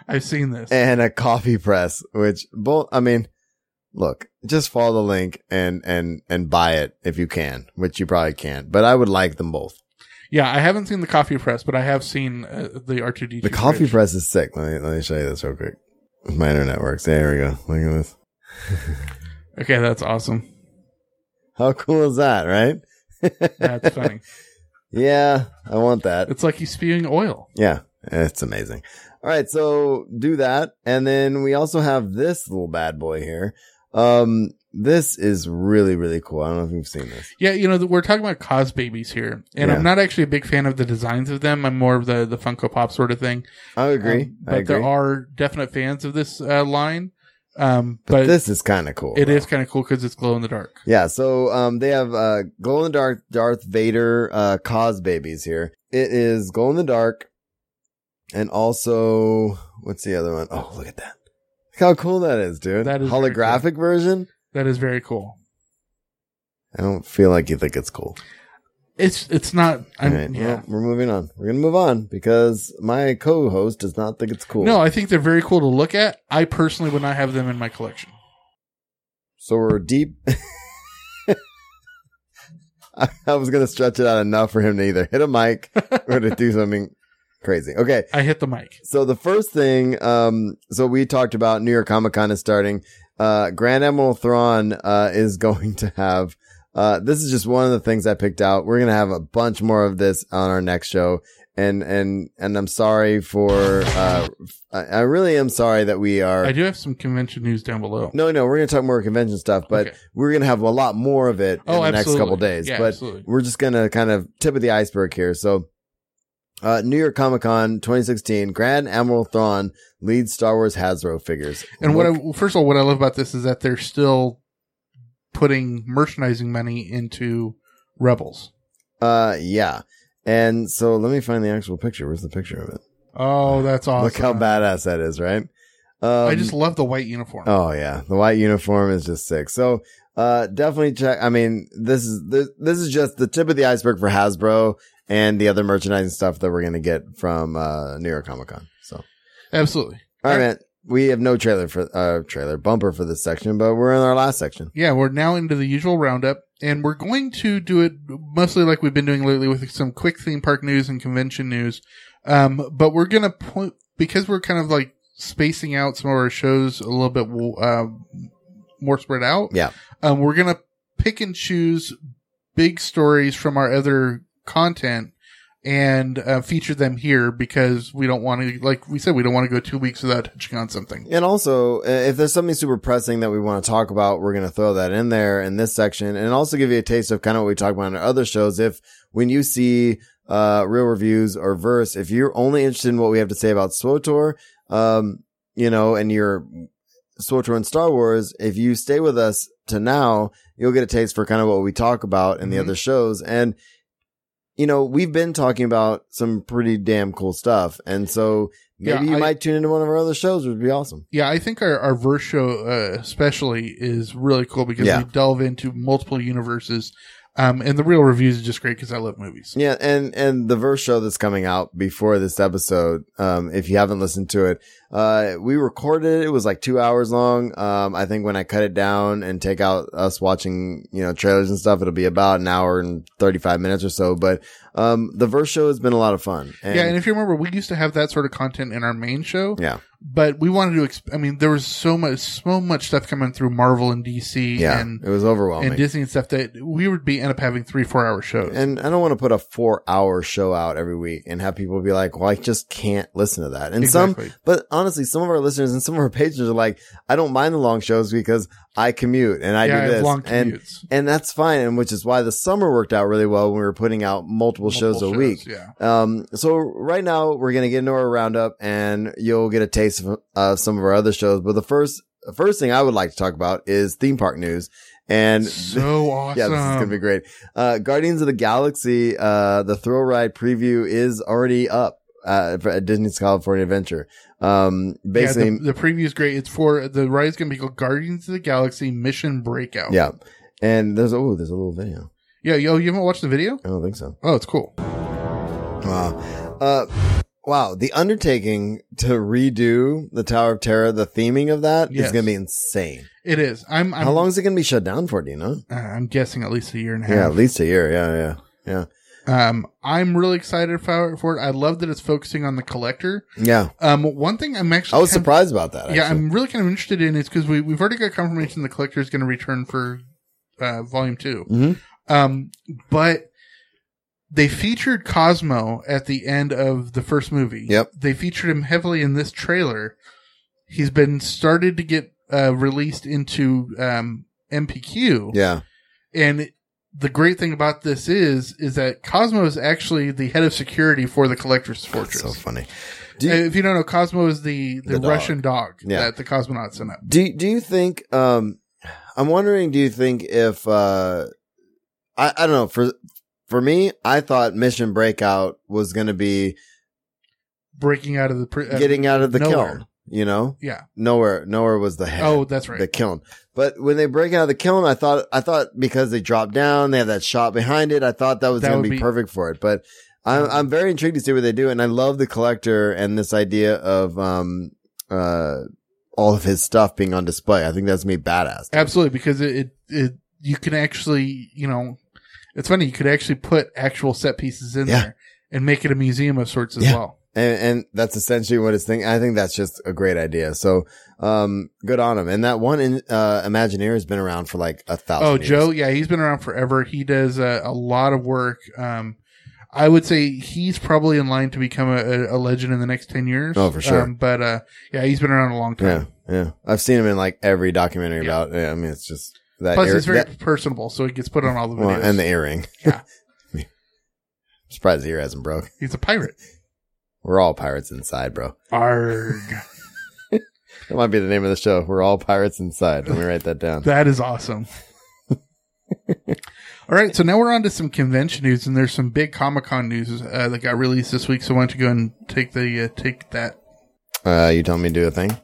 I've seen this.
and a coffee press, which both, I mean, look, just follow the link and, and, and buy it if you can, which you probably can't, but I would like them both.
yeah, I haven't seen the coffee press, but I have seen uh, the R two D.
The coffee press is sick. Let me, let me show you this real quick. My internet works. There we go. Look at this.
Okay, that's awesome.
How cool is that, right?
That's funny.
Yeah, I want that.
It's like he's spewing oil.
Yeah, it's amazing. All right, so do that, and then we also have this little bad boy here. Um, this is really really cool. I don't know if you've seen this.
Yeah, you know the, we're talking about cos babies here, and
Yeah.
I'm not actually a big fan of the designs of them. I'm more of the the Funko Pop sort of thing.
I agree.
Um,
I
but
agree.
there are definite fans of this uh, line. Um, but,
but this is kind of cool.
it
though.
is kind of cool because it's glow in the dark.
Yeah, so um, they have uh, glow in the dark Darth Vader uh, cause babies here. It is glow in the dark, and also what's the other one? Oh, look at that! Look how cool that is, dude.
That is very
holographic version.
That is very cool.
I don't feel like you think it's cool.
It's it's not.
All
I'm,
right,
yeah.
well, we're moving on. We're gonna move on because my co-host does not think it's cool.
No, I think they're very cool to look at. I personally would not have them in my collection.
so we're deep. I, I was gonna stretch it out enough for him to either hit a mic or to do something crazy. Okay,
I hit the mic.
So the first thing, um, so we talked about New York Comic Con is starting. Uh, Grand Admiral Thrawn, uh, is going to have, uh, this is just one of the things I picked out. We're going to have a bunch more of this on our next show. And, and, and I'm sorry for, uh, I, I really am sorry that we are.
I do have some convention news down below.
no, no, we're going to talk more convention stuff, but
Okay.
we're going to have a lot more of it in
Oh,
the next
absolutely.
couple days.
Yeah,
but
absolutely.
we're just going to kind of tip of the iceberg here. So, uh, New York Comic Con 2016, Grand Admiral Thrawn leads Star Wars Hasbro figures.
And what
Look-
I first of all, what I love about this is that they're still putting merchandising money into Rebels.
uh, yeah. And so let me find the actual picture. Where's the picture of it?
Oh, that's awesome!
Look how badass that is, right? Um,
I just love the white uniform.
Oh yeah, the white uniform is just sick. So, uh, definitely check. I mean, this is this, this is just the tip of the iceberg for Hasbro and the other merchandising stuff that we're gonna get from uh, New York Comic Con. So, all
Absolutely.
right,
All right.
man. We have no trailer for uh trailer bumper for this section, but we're in our last section.
Yeah, we're now into the usual roundup, and we're going to do it mostly like we've been doing lately with some quick theme park news and convention news. Um, but we're gonna point because we're kind of like spacing out some of our shows a little bit uh, more spread out.
Yeah.
um, we're gonna pick and choose big stories from our other content and uh, feature them here because we don't want to, like we said, we don't want to go two weeks without touching on something.
And also, uh, if there's something super pressing that we want to talk about, we're going to throw that in there in this section and also give you a taste of kind of what we talk about in our other shows. If when you see, uh, real reviews or verse, if you're only interested in what we have to say about SWOTOR, um, you know, and you're Sotor and Star Wars, if you stay with us to now, you'll get a taste for kind of what we talk about in the
Mhm.
other shows. And, you know, we've been talking about some pretty damn cool stuff. And so maybe
Yeah,
you
I-
might tune into one of our other shows, which would be awesome.
Yeah, I think our, our verse show, uh, especially, is really cool because
Yeah.
we delve into multiple universes. Um, and the real reviews is just great because I love movies.
Yeah, and and the verse show that's coming out before this episode, um, if you haven't listened to it, uh, we recorded it. It was like two hours long. Um, I think when I cut it down and take out us watching, you know, trailers and stuff, it'll be about an hour and thirty five minutes or so. But um, the verse show has been a lot of fun. And,
yeah, and if you remember, we used to have that sort of content in our main show.
yeah,
but we wanted to. Exp- I mean, there was so much, so much stuff coming through Marvel and DC
yeah,
and
it was overwhelming.
and Disney and stuff that we would be end up having three, four hour shows.
And I don't want to put a four hour show out every week and have people be like, well, I just can't listen to that. And some,
Exactly.
but honestly, some of our listeners and some of our patrons are like, I don't mind the long shows because I commute and I
Yeah, I
do
have
this.
long
and,
commutes.
and that's fine. And which is why the summer worked out really well when we were putting out multiple, shows a
Multiple
week.
Yeah.
Um, so right now we're going to get into our roundup and you'll get a taste of uh, some of our other shows. But the first, the first thing I would like to talk about is theme park news. And
So awesome.
yeah, this is gonna be great. Uh, Guardians of the Galaxy, uh, the thrill ride preview is already up uh, for- at Disney's California Adventure. Um,
Yeah,
basically,
the, the preview is great. It's for the ride is going to be called Guardians of the Galaxy Mission Breakout.
yeah. And there's oh, there's a little video.
yeah. Yo, you haven't watched the video?
I don't think so.
Oh, it's cool.
Wow. Uh, wow. The undertaking to redo the Tower of Terror, the theming of that is
Yes.
gonna be insane.
It is. I'm. I'm
How long is it gonna be shut down for? Do you know?
uh, I'm guessing at least a year and a
Yeah,
half.
at least a year. Yeah, yeah, yeah,
Um, I'm really excited for, for it. I love that it's focusing on the collector.
yeah.
Um, one thing I'm actually
I was
kind of-
surprised about that.
yeah,
actually.
I'm really kind of interested in is because we we've already got confirmation the collector is going to return for uh, volume 2
Mhm.
Um, but they featured Cosmo at the end of the first movie.
Yep.
they featured him heavily in this trailer. He's been started to get uh, released into um, MPQ.
yeah.
and the great thing about this is is that Cosmo is actually the head of security for the Collector's
That's
Fortress.
so funny. Do you-
Uh, if you don't know, Cosmo is the, the,
The dog.
Russian dog
Yeah.
that the cosmonauts sent up.
Do do you think um I'm wondering do you think if uh I, I don't know for for me I thought Mission Breakout was going to be
breaking out of the pri- uh,
getting out of the
nowhere.
kiln, you know?
Yeah.
Nowhere nowhere was the head.
Oh, that's right.
The kiln. But when they break out of the kiln, I thought I thought because they dropped down, they have that shot behind it, I thought that was
That
going to
would
be,
be-
perfect for it. But I'm I'm very intrigued to see what they do and I love the collector and this idea of um uh all of his stuff being on display. I think that's me badass.
Absolutely, because it, it it you can actually you know, it's funny you could actually put actual set pieces in
Yeah.
there and make it a museum of sorts as
Yeah.
well.
and, and that's essentially what it's thinking. I think that's just a great idea. So, um, good on him. And that one in, uh, Imagineer has been around for like a thousand.
Oh,
years.
Joe, yeah, he's been around forever. He does a, a lot of work. Um, I would say he's probably in line to become a, a, a legend in the next ten years.
Oh, for sure.
Um, but uh, yeah, he's been around a long
Yeah,
time.
yeah. I've seen him in like every documentary
Yeah.
about. Yeah, I mean, it's just that.
Plus,
ear-
he's very
that-
personable, so he gets put on all the videos.
well, and the earring.
Yeah.
I'm surprised the ear hasn't broke.
he's a pirate.
We're all pirates inside, bro.
Arg.
That might be the name of the show. We're all pirates inside. Let me write that down.
That is awesome. All right, so now we're on to some convention news, and there's some big Comic Con news uh, that got released this week. So why don't you go and take the uh, take that?
Uh, you telling me to do a thing?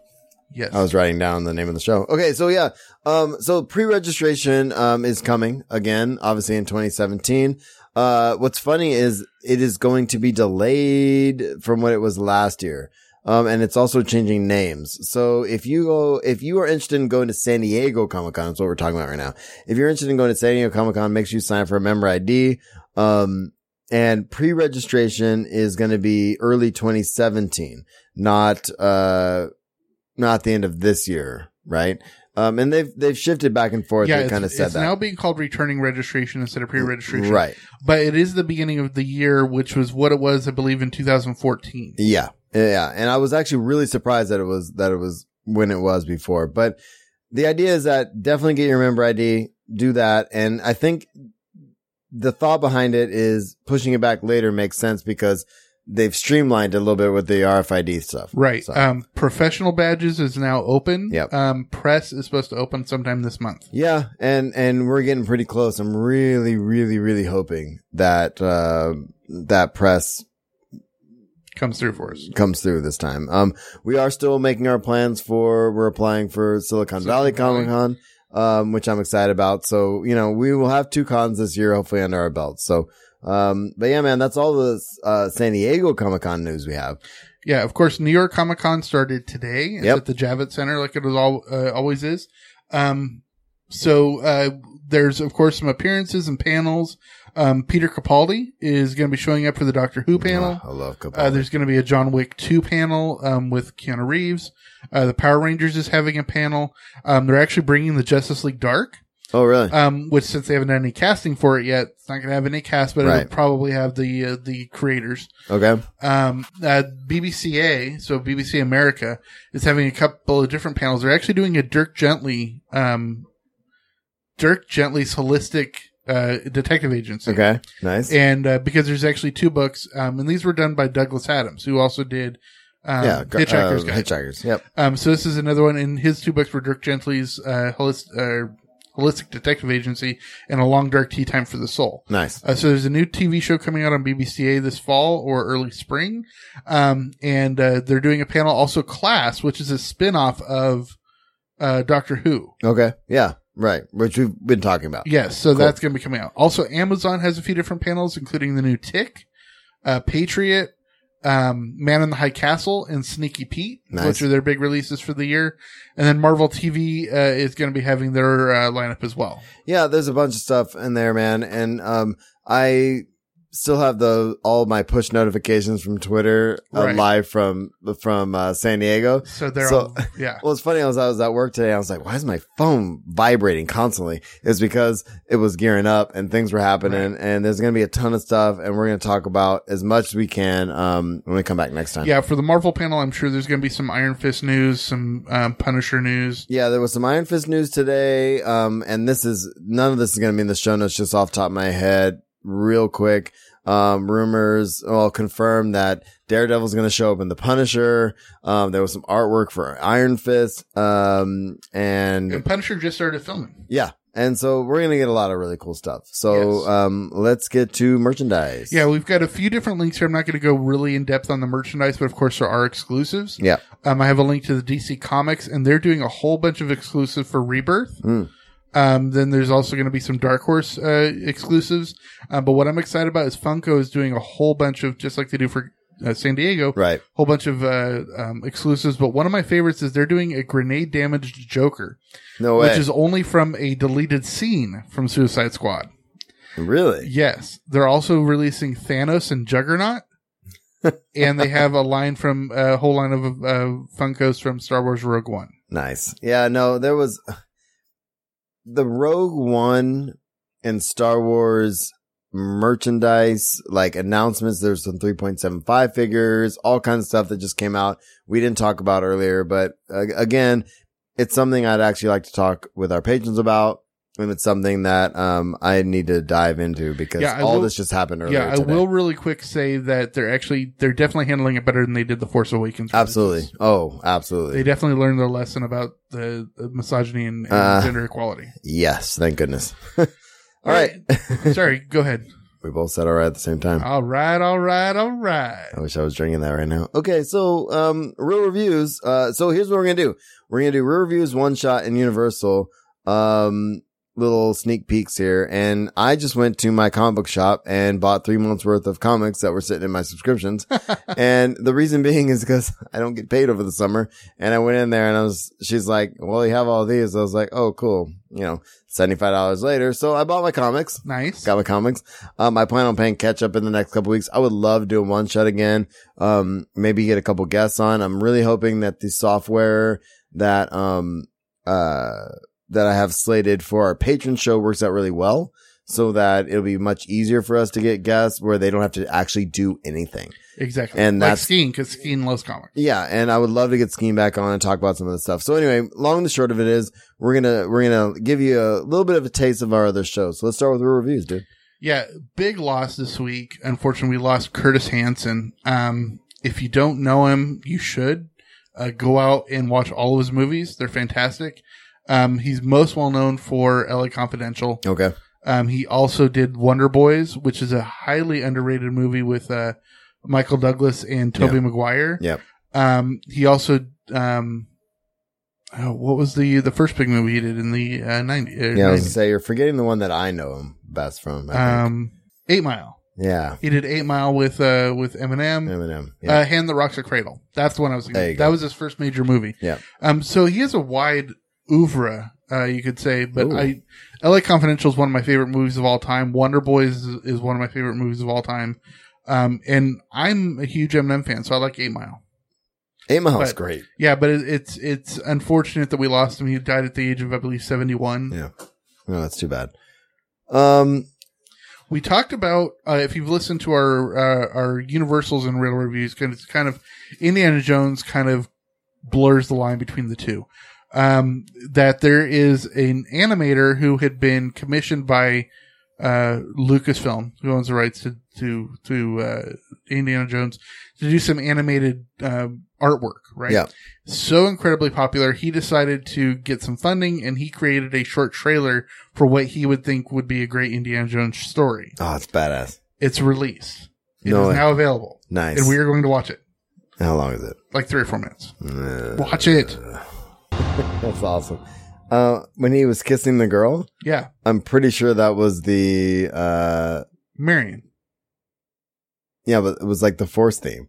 Yes,
I was writing down the name of the show. Okay, so yeah, um, so pre-registration um is coming again, obviously in 2017. Uh, what's funny is it is going to be delayed from what it was last year. Um, and it's also changing names. So if you go, if you are interested in going to San Diego Comic Con, that's what we're talking about right now. If you're interested in going to San Diego Comic Con, make sure you sign up for a member ID. Um, and pre-registration is going to be early 2017, not, uh, not the end of this year, right? Um, and they've, they've shifted back and forth.
yeah,
they
it's,
kind of said
it's
that.
now being called returning registration instead of pre-registration,
Right.
But it is the beginning of the year, which was what it was, I believe, in 2014.
Yeah. Yeah. And I was actually really surprised that it was, that it was when it was before. But the idea is that definitely get your member ID, do that. And I think the thought behind it is pushing it back later makes sense because they've streamlined it a little bit with the RFID stuff.
Right.
So-
Um, professional badges is now open.
Yep.
Um, press is supposed to open sometime this month.
Yeah, and and we're getting pretty close. I'm really, really, really hoping that uh, that press
Comes through for us.
comes through this time. Um, we are still making our plans for we're applying for Silicon Valley
Valley.
Comic Con, um, which I'm excited about. So you know we will have two cons this year, hopefully under our belts. So. Um, but yeah, man, that's all the uh, San Diego Comic Con news we have.
Yeah. Of course, New York Comic Con started today. It's
Yep.
at the Javits Center, like it was all uh, always is. Um, so uh, there's of course some appearances and panels. Um, Peter Capaldi is going to be showing up for the Doctor Who panel.
Oh, I love Capaldi.
Uh, there's going to be a John Wick 2 panel um, with Keanu Reeves. Uh, the Power Rangers is having a panel. Um, they're actually bringing the Justice League Dark,
oh, really?
um, which since they haven't done any casting for it yet, it's not going to have any cast, but
Right.
it'll probably have the uh, the creators.
okay.
Um, uh, BBCA, so BBC America, is having a couple of different panels. They're actually doing a Dirk Gently, um, Dirk Gently's holistic uh, detective agency.
Okay. Nice.
And uh, because there's actually two books, um, and these were done by Douglas Adams, who also did um,
yeah. gr-
Hitchhiker's
uh,
Guide.
Hitchhikers. Yep.
Um, so this is another one, and his two books were Dirk Gently's uh, Holist- uh, Holistic Detective Agency and A Long Dark Tea Time for the Soul.
Nice.
Uh, so there's a new TV show coming out on BBCA this fall or early spring, um, and uh, they're doing a panel also Class, which is a spin-off of uh, Doctor Who.
Okay. Yeah. Right. Which we've been talking about.
Yes, so that's going to be coming out. Also, Amazon has a few different panels, including the new Tick, uh, Patriot, um, Man in the High Castle, and Sneaky Pete,
Nice.
which are their big releases for the year. And then Marvel TV uh, is going to be having their uh, lineup as well.
Yeah, there's a bunch of stuff in there, man. And um, I still have the all my push notifications from Twitter uh,
Right.
live from from uh, San Diego.
So they're
So-
all, yeah,
Well, it's funny. I was I was at work today. I was like, "Why is my phone vibrating constantly?" It's because it was gearing up and things were happening. And there's gonna be a ton of stuff, and we're gonna talk about as much as we can um, when we come back next time.
yeah. For the Marvel panel, I'm sure there's going to be some Iron Fist news, some um, Punisher news.
Yeah, there was some Iron Fist news today. Um, and this is none of this is going to be in the show notes, just off the top of my head, real quick. Um, rumors, well, confirmed that Daredevil's going to show up in The Punisher. Um, there was some artwork for Iron Fist. Um,
And
and
Punisher just started filming.
yeah, and so we're going to get a lot of really cool stuff. So,
Yes.
um, let's get to merchandise.
Yeah, we've got a few different links here. I'm not going to go really in depth on the merchandise, but of course there are exclusives.
Yeah.
Um, I have a link to the DC Comics, and they're doing a whole bunch of exclusive for Rebirth.
Mm.
Um, then there's also going to be some Dark Horse uh, exclusives. Uh, but what I'm excited about is Funko is doing a whole bunch of just like they do for uh, San Diego,
Right.
whole bunch of uh, um, exclusives. But one of my favorites is they're doing a grenade damaged Joker,
No way.
which is only from a deleted scene from Suicide Squad.
really?
Yes, they're also releasing Thanos and Juggernaut, and they have a line from a whole line of uh, Funkos from Star Wars Rogue One.
Nice. Yeah, no, there was the Rogue One and Star Wars merchandise, like announcements. There's some 3.75 figures, all kinds of stuff that just came out. We didn't talk about earlier, but uh, again, it's something I'd actually like to talk with our patrons about. And it's something that, um, I need to dive into because
Yeah, I
all
will-
this just happened earlier.
yeah, I
today.
will really quick say that they're actually they're definitely handling it better than they did the Force Awakens. releases.
Absolutely. Oh, absolutely.
They definitely learned their lesson about the, the misogyny and, and
Uh,
gender equality.
yes. Thank goodness. all right.
Sorry, go ahead.
we both said all right at the same time.
All right, all right, all right.
I wish I was drinking that right now. Okay, so um, real reviews. Uh, so here's what we're gonna do. We're gonna do real reviews, one shot, and Universal. Um, little sneak peeks here, and I just went to my comic book shop and bought three months worth of comics that were sitting in my subscriptions. and the reason being is because I don't get paid over the summer. And I went in there and I was, she's like, "Well, you have all these." I was like, "Oh, cool." You know, seventy five dollars later, so I bought my comics
Nice.
got my comics. Um, I plan on paying catch up in the next couple weeks. I would love doing one shot again. Um, maybe get a couple guests on. I'm really hoping that the software that, um, uh, that I have slated for our patron show works out really well so that it'll be much easier for us to get guests where they don't have to actually do anything.
Exactly.
and
like
that's-
skiing because skiing loves comics.
Yeah, and I would love to get Scheme back on and talk about some of the stuff. So anyway, long and the short of it is, we're gonna we're gonna give you a little bit of a taste of our other shows. So let's start with real reviews, dude.
Yeah, big loss this week. Unfortunately, we lost Curtis Hanson. Um, if you don't know him, you should uh, go out and watch all of his movies. They're fantastic. Um, he's most well known for LA Confidential.
Okay.
Um, he also did Wonder Boys, which is a highly underrated movie with uh, Michael Douglas and Toby
Yeah.
Maguire.
Yep.
Um, he also um, oh, what was the the first big movie he did in the uh, ninety? Uh,
Yeah, I was
90s?
gonna say you're forgetting the one that I know him best from. I think.
um, Eight Mile.
yeah,
He did Eight Mile with uh with Eminem.
Eminem. Yeah.
Uh, Hand that rocks a cradle. That's the one I was.
There you
that
go.
was his first major movie.
yeah.
Um, so he has a wide oeuvre, uh, you could say. But
Ooh.
I, L.A. Confidential is one of my favorite movies of all time. Wonder Boys is, is one of my favorite movies of all time. Um, and I'm a huge Eminem fan, so I like Eight Mile.
Eight Mile's
but-
great.
Yeah, but it, it's it's unfortunate that we lost him. He died at the age of I believe seventy one.
Yeah. No, that's too bad. Um.
We talked about uh, if you've listened to our uh, our Universals and Rail reviews, 'cause it's kind of Indiana Jones kind of blurs the line between the two. Um, that there is an animator who had been commissioned by uh, Lucasfilm, who owns the rights to to, to uh, Indiana Jones, to do some animated uh, artwork, right?
Yeah.
So incredibly popular, he decided to get some funding, and he created a short trailer for what he would think would be a great Indiana Jones story.
Oh, it's badass.
It's released. It is
No way.
now available,
Nice.
and we are going to watch it.
How long is it?
Like three or four minutes.
Uh,
Watch it.
That's awesome. Uh, when he was kissing the girl,
Yeah,
I'm pretty sure that was the uh,
Marion.
yeah, but it was like the Force theme.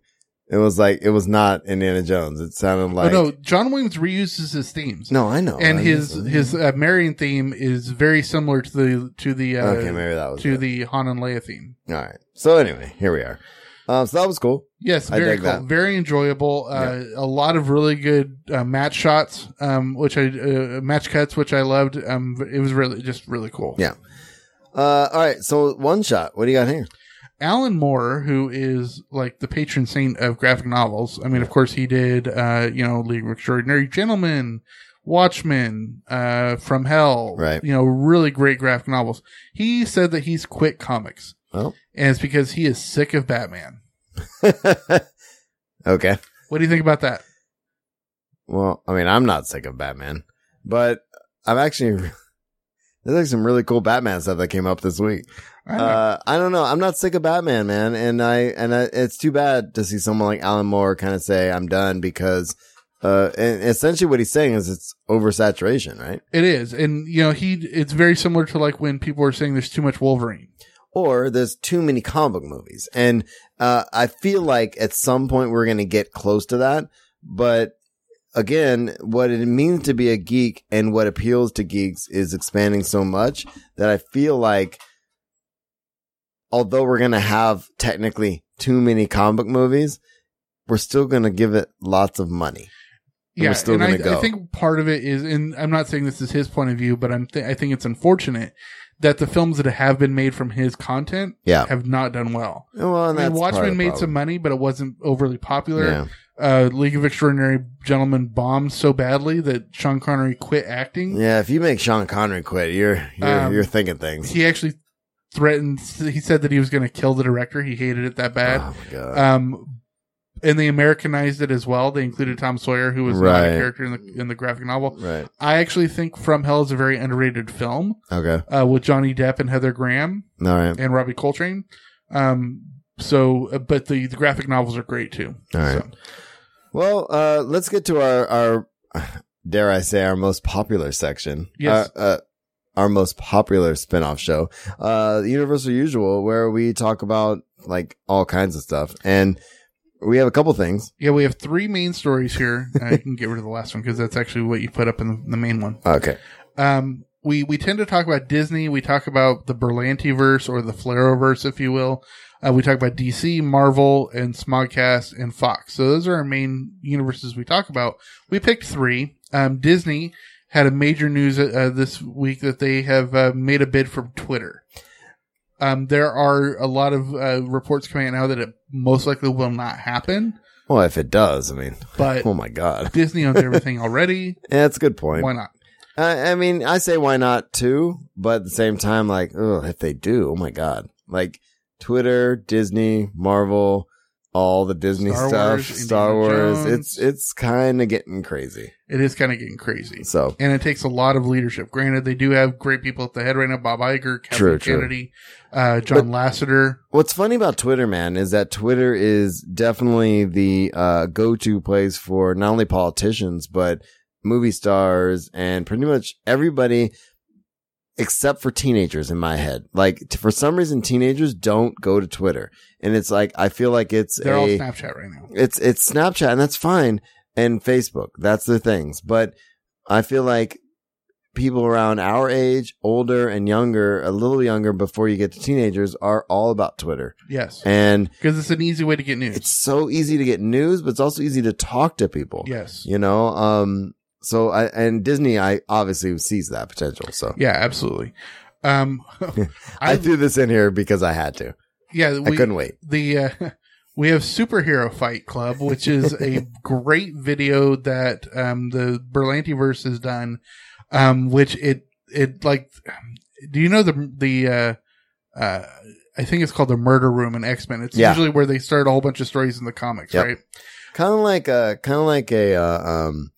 It was like it was not Indiana Jones. It sounded like
oh no, John Williams reuses his themes.
no, I know.
and
I'm
his
just-
his uh, Marion theme is very similar to the to the uh,
okay, maybe that was
to
it.
the Han and Leia theme.
all right. So anyway, here we are. Um, so that was cool.
Yes,
I
very
dig
cool,
that.
very enjoyable. Uh, A lot of really good uh, match shots, um, which I uh, match cuts, which I loved. Um, it was really just really cool.
Yeah. Uh, all right. So one shot. What do you got here?
Alan Moore, who is like the patron saint of graphic novels. I mean, of course, he did, uh, you know, League of Extraordinary Gentlemen, Watchmen, uh, From Hell,
Right.
You know, really great graphic novels. He said that he's quit comics,
Well,
and it's because he is sick of Batman.
okay.
What do you think about that?
Well, I mean, I'm not sick of Batman, but I'm actually there's like some really cool Batman stuff that came up this week.
I don't know.
Uh, I don't know. I'm not sick of Batman, man, and I and I, it's too bad to see someone like Alan Moore kind of say I'm done because, uh, and essentially what he's saying is it's oversaturation, right?
it is, and you know, he. It's very similar to like when people are saying there's too much Wolverine.
Or there's too many comic book movies, and uh, I feel like at some point we're gonna get close to that, but. Again, what it means to be a geek and what appeals to geeks is expanding so much that I feel like although we're going to have technically too many comic movies, we're still going to give it lots of money. And
yeah,
we're still
and I,
gonna go.
I think part of it is, and I'm not saying this is his point of view, but I'm th- I think it's unfortunate that the films that have been made from his content
Yeah.
have not done well.
Well,
Oh. I
and
mean,
that's part of
Watchmen
the
made
problem.
some money, but it wasn't overly popular.
Yeah.
Uh, League of Extraordinary Gentlemen bombed so badly that Sean Connery quit acting.
Yeah, if you make Sean Connery quit, you're you're,
Um,
you're thinking things.
He actually threatened. He said that he was going to kill the director. He hated it that bad.
oh my god.
Um, and they Americanized it as well. They included Tom Sawyer, who was not a
Right.
character in the in the graphic novel.
right.
I actually think From Hell is a very underrated film
Okay.
uh, with Johnny Depp and Heather Graham
All right.
and Robbie Coltrane. Um, so, uh, but the, the graphic novels are great too.
All right.
So,
Well, uh, let's get to our our dare I say our most popular section.
Yes.
Uh, uh, our most popular spin-off show, uh, Universal Usual, where we talk about like all kinds of stuff, and we have a couple things.
yeah, we have three main stories here. I can get rid of the last one because that's actually what you put up in the, the main one.
Okay.
Um, we we tend to talk about Disney. We talk about the Berlantiverse or the Flareoverse, if you will. Uh, we talk about DC, Marvel, and Smogcast and Fox. So those are our main universes we talk about. We picked three. Um, Disney had a major news uh, this week that they have uh, made a bid from Twitter. Um, there are a lot of uh, reports coming out now that it most likely will not happen,
Well, if it does, I mean,
but
oh my god,
Disney owns everything already.
yeah, that's a good point.
Why not?
I, I mean, I say why not too, but at the same time, like, oh, if they do, oh my god, like Twitter, Disney, Marvel, all the Disney
Star
stuff,
Wars,
Star
Indiana
Wars,
Jones.
it's it's kind of getting crazy.
It is kind of getting crazy.
So
and it takes a lot of leadership. Granted, they do have great people at the head right now: Bob Iger, Kevin
True, true.
Kennedy, Uh, John Lasseter.
What's funny about Twitter, man, is that Twitter is definitely the uh, go-to place for not only politicians but movie stars and pretty much everybody except for teenagers in my head. Like t- for some reason, teenagers don't go to Twitter, and it's like I feel like it's
They're
a
all Snapchat right now.
it's it's Snapchat and that's fine and Facebook. That's the things. But I feel like people around our age, older and younger, a little younger before you get to teenagers are all about Twitter.
Yes,
And
because it's an easy way to get news.
it's so easy to get news, but it's also easy to talk to people.
yes.
You know, um so I and Disney I obviously sees that potential. So
Yeah, absolutely. Um,
I,
I,
threw this in here because I had to.
yeah,
I
we,
couldn't wait.
the uh, we have superhero fight club which is a great video that um, the berlantiverse has done um, which it it like do you know the the uh, uh, i think it's called the murder room in x-men it's
Yeah.
usually where they start a whole bunch of stories in the comics
Yep.
right
kind of like a kind of like a uh, um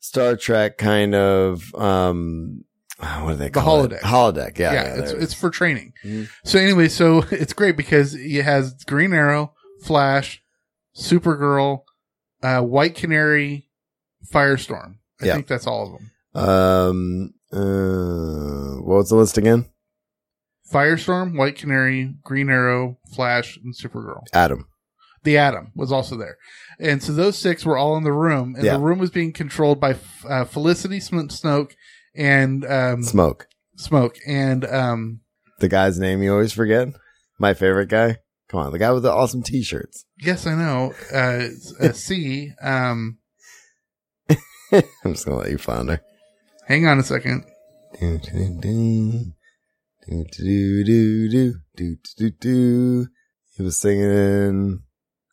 Star Trek kind of um ah, what do they
The
call it?
holodeck.
Holodeck, yeah,
yeah,
yeah,
it's,
there it
it's
is.
for training
Mhm.
so anyway so it's great because it has green arrow flash supergirl uh, white canary firestorm i
Yeah.
think that's all of them
um uh, what was the list again?
Firestorm, White Canary, Green Arrow, Flash, and Supergirl.
Adam.
The Atom was also there. And so those six were all in the room, and
Yeah.
the room was being controlled by uh, Felicity Sm- Snoke and um,
Smoke.
Smoke. And um,
The guy's name you always forget? My favorite guy? Come on, the guy with the awesome t shirts.
yes, I know. Uh, it's, uh, C. Um,
I'm just gonna let you flounder.
hang on a second.
Do, do, do. Do, do, do, do. Do, do, do, do. He was singing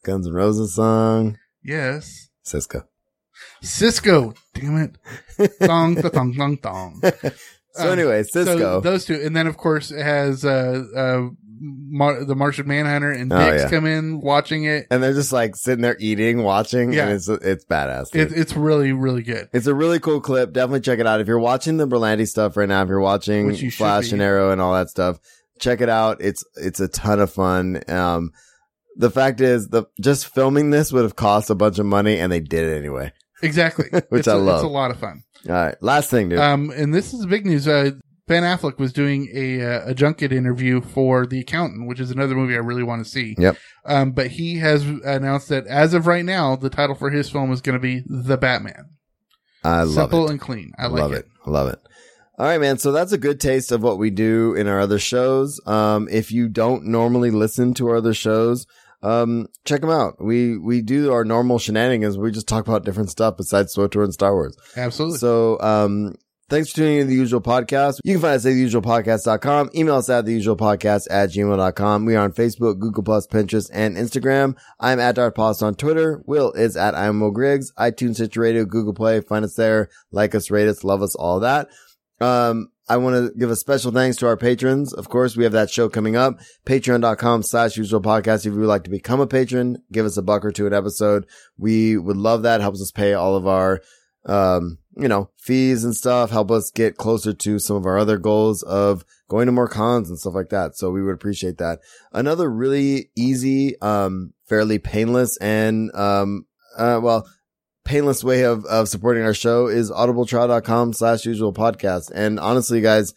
Guns N' Roses song.
Yes.
Cisco.
Cisco. Damn it. Thong, thong, thong, thong.
So
Um,
anyway, Cisco.
So those two, and then of course it has uh, uh, Mar- the Martian Manhunter and
Oh,
Dix
yeah.
come in watching it.
and they're just like sitting there eating, watching,
Yeah.
and it's it's badass. dude.
it. It's really really good.
it's a really cool clip. Definitely check it out. If you're watching the Berlanti stuff right now, if you're watching
Which you should
Flash
be.
and Arrow and all that stuff, check it out. It's it's a ton of fun. Um, the fact is, the just filming this would have cost a bunch of money, and they did it anyway.
Exactly,
Which
it's
I
a-
love.
It's a lot of fun.
All right, last thing, dude.
Um, and this is big news. Uh, ben Affleck was doing a uh, a junket interview for The Accountant, which is another movie I really want to see.
Yep.
Um, but he has announced that as of right now, the title for his film is going to be The Batman.
I love
Simple
it.
and clean. I like
love
it.
it. I love it. All right, man. So that's a good taste of what we do in our other shows. Um, if you don't normally listen to our other shows, um, check them out. We we do our normal shenanigans. We just talk about different stuff besides SWTOR and Star Wars.
Absolutely.
So, um, thanks for tuning in to the usual podcast. You can find us at theusualpodcast.com. Email us at theusualpodcast at gmail.com. We are on Facebook, Google Plus, Pinterest, and Instagram. I'm at Dart Post on Twitter. Will is at I'm Will Griggs. iTunes, Stitcher Radio, Google Play. Find us there. Like us, rate us, love us, all that. Um, I want to give a special thanks to our patrons. Of course, we have that show coming up. Patreon.com slash usual podcast. If you would like to become a patron, give us a buck or two an episode. We would love that. Helps us pay all of our um, you know, fees and stuff, help us get closer to some of our other goals of going to more cons and stuff like that. So we would appreciate that. Another really easy, um, fairly painless and, um, uh, well, painless way of, of supporting our show is audibletrial.com slash usual podcast. And honestly, guys,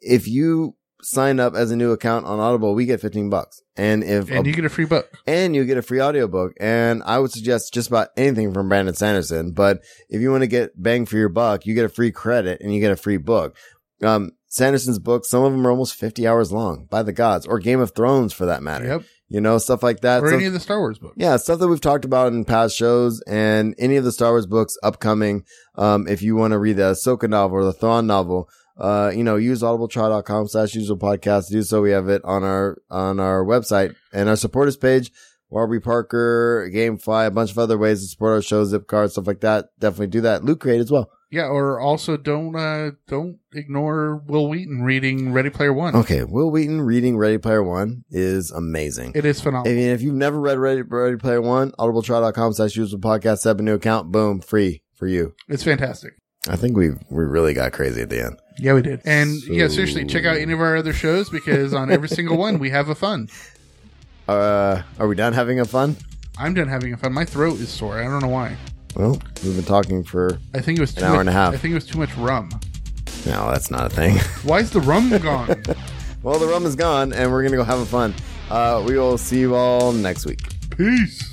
if you sign up as a new account on Audible, we get 15 bucks. And if a
and you get a free book.
and you get a free audiobook. And I would suggest just about anything from Brandon Sanderson. But if you want to get bang for your buck, you get a free credit and you get a free book. Um, Sanderson's books, some of them are almost 50 hours long by the gods or Game of Thrones for that matter.
Yep.
You know, stuff like that.
Or
Stuff-
any of the Star Wars books.
yeah, stuff that we've talked about in past shows and any of the Star Wars books upcoming. Um, if you want to read the Ahsoka novel or the Thrawn novel, uh, you know, use audibletry.com slash usual podcast to do so. We have it on our, on our website and our supporters page, Warby Parker, Gamefly, a bunch of other ways to support our show, zip card, stuff like that. Definitely do that. Loot Crate as well.
Yeah, or also don't uh, don't ignore Will Wheaton reading Ready Player One.
Okay, Will Wheaton reading Ready Player One is amazing.
It is
I
phenomenal.
mean, if you've never read Ready, Ready Player One, audibletry.com slash useful podcast, set up a new account, boom, free for you.
It's fantastic.
I think we we really got crazy at the end.
Yeah, we did. And yeah, seriously,
So-
check out any of our other shows because on every single one we have a fun.
Uh, are we done having a fun?
I'm done having a fun. My throat is sore. I don't know why.
Well, we've been talking for
I think it was too
An hour
much,
and a half.
I think it was too much rum.
no, that's not a thing.
Why's the rum gone?
well, the rum is gone, and we're gonna go have a fun. Uh, we will see you all next week.
Peace.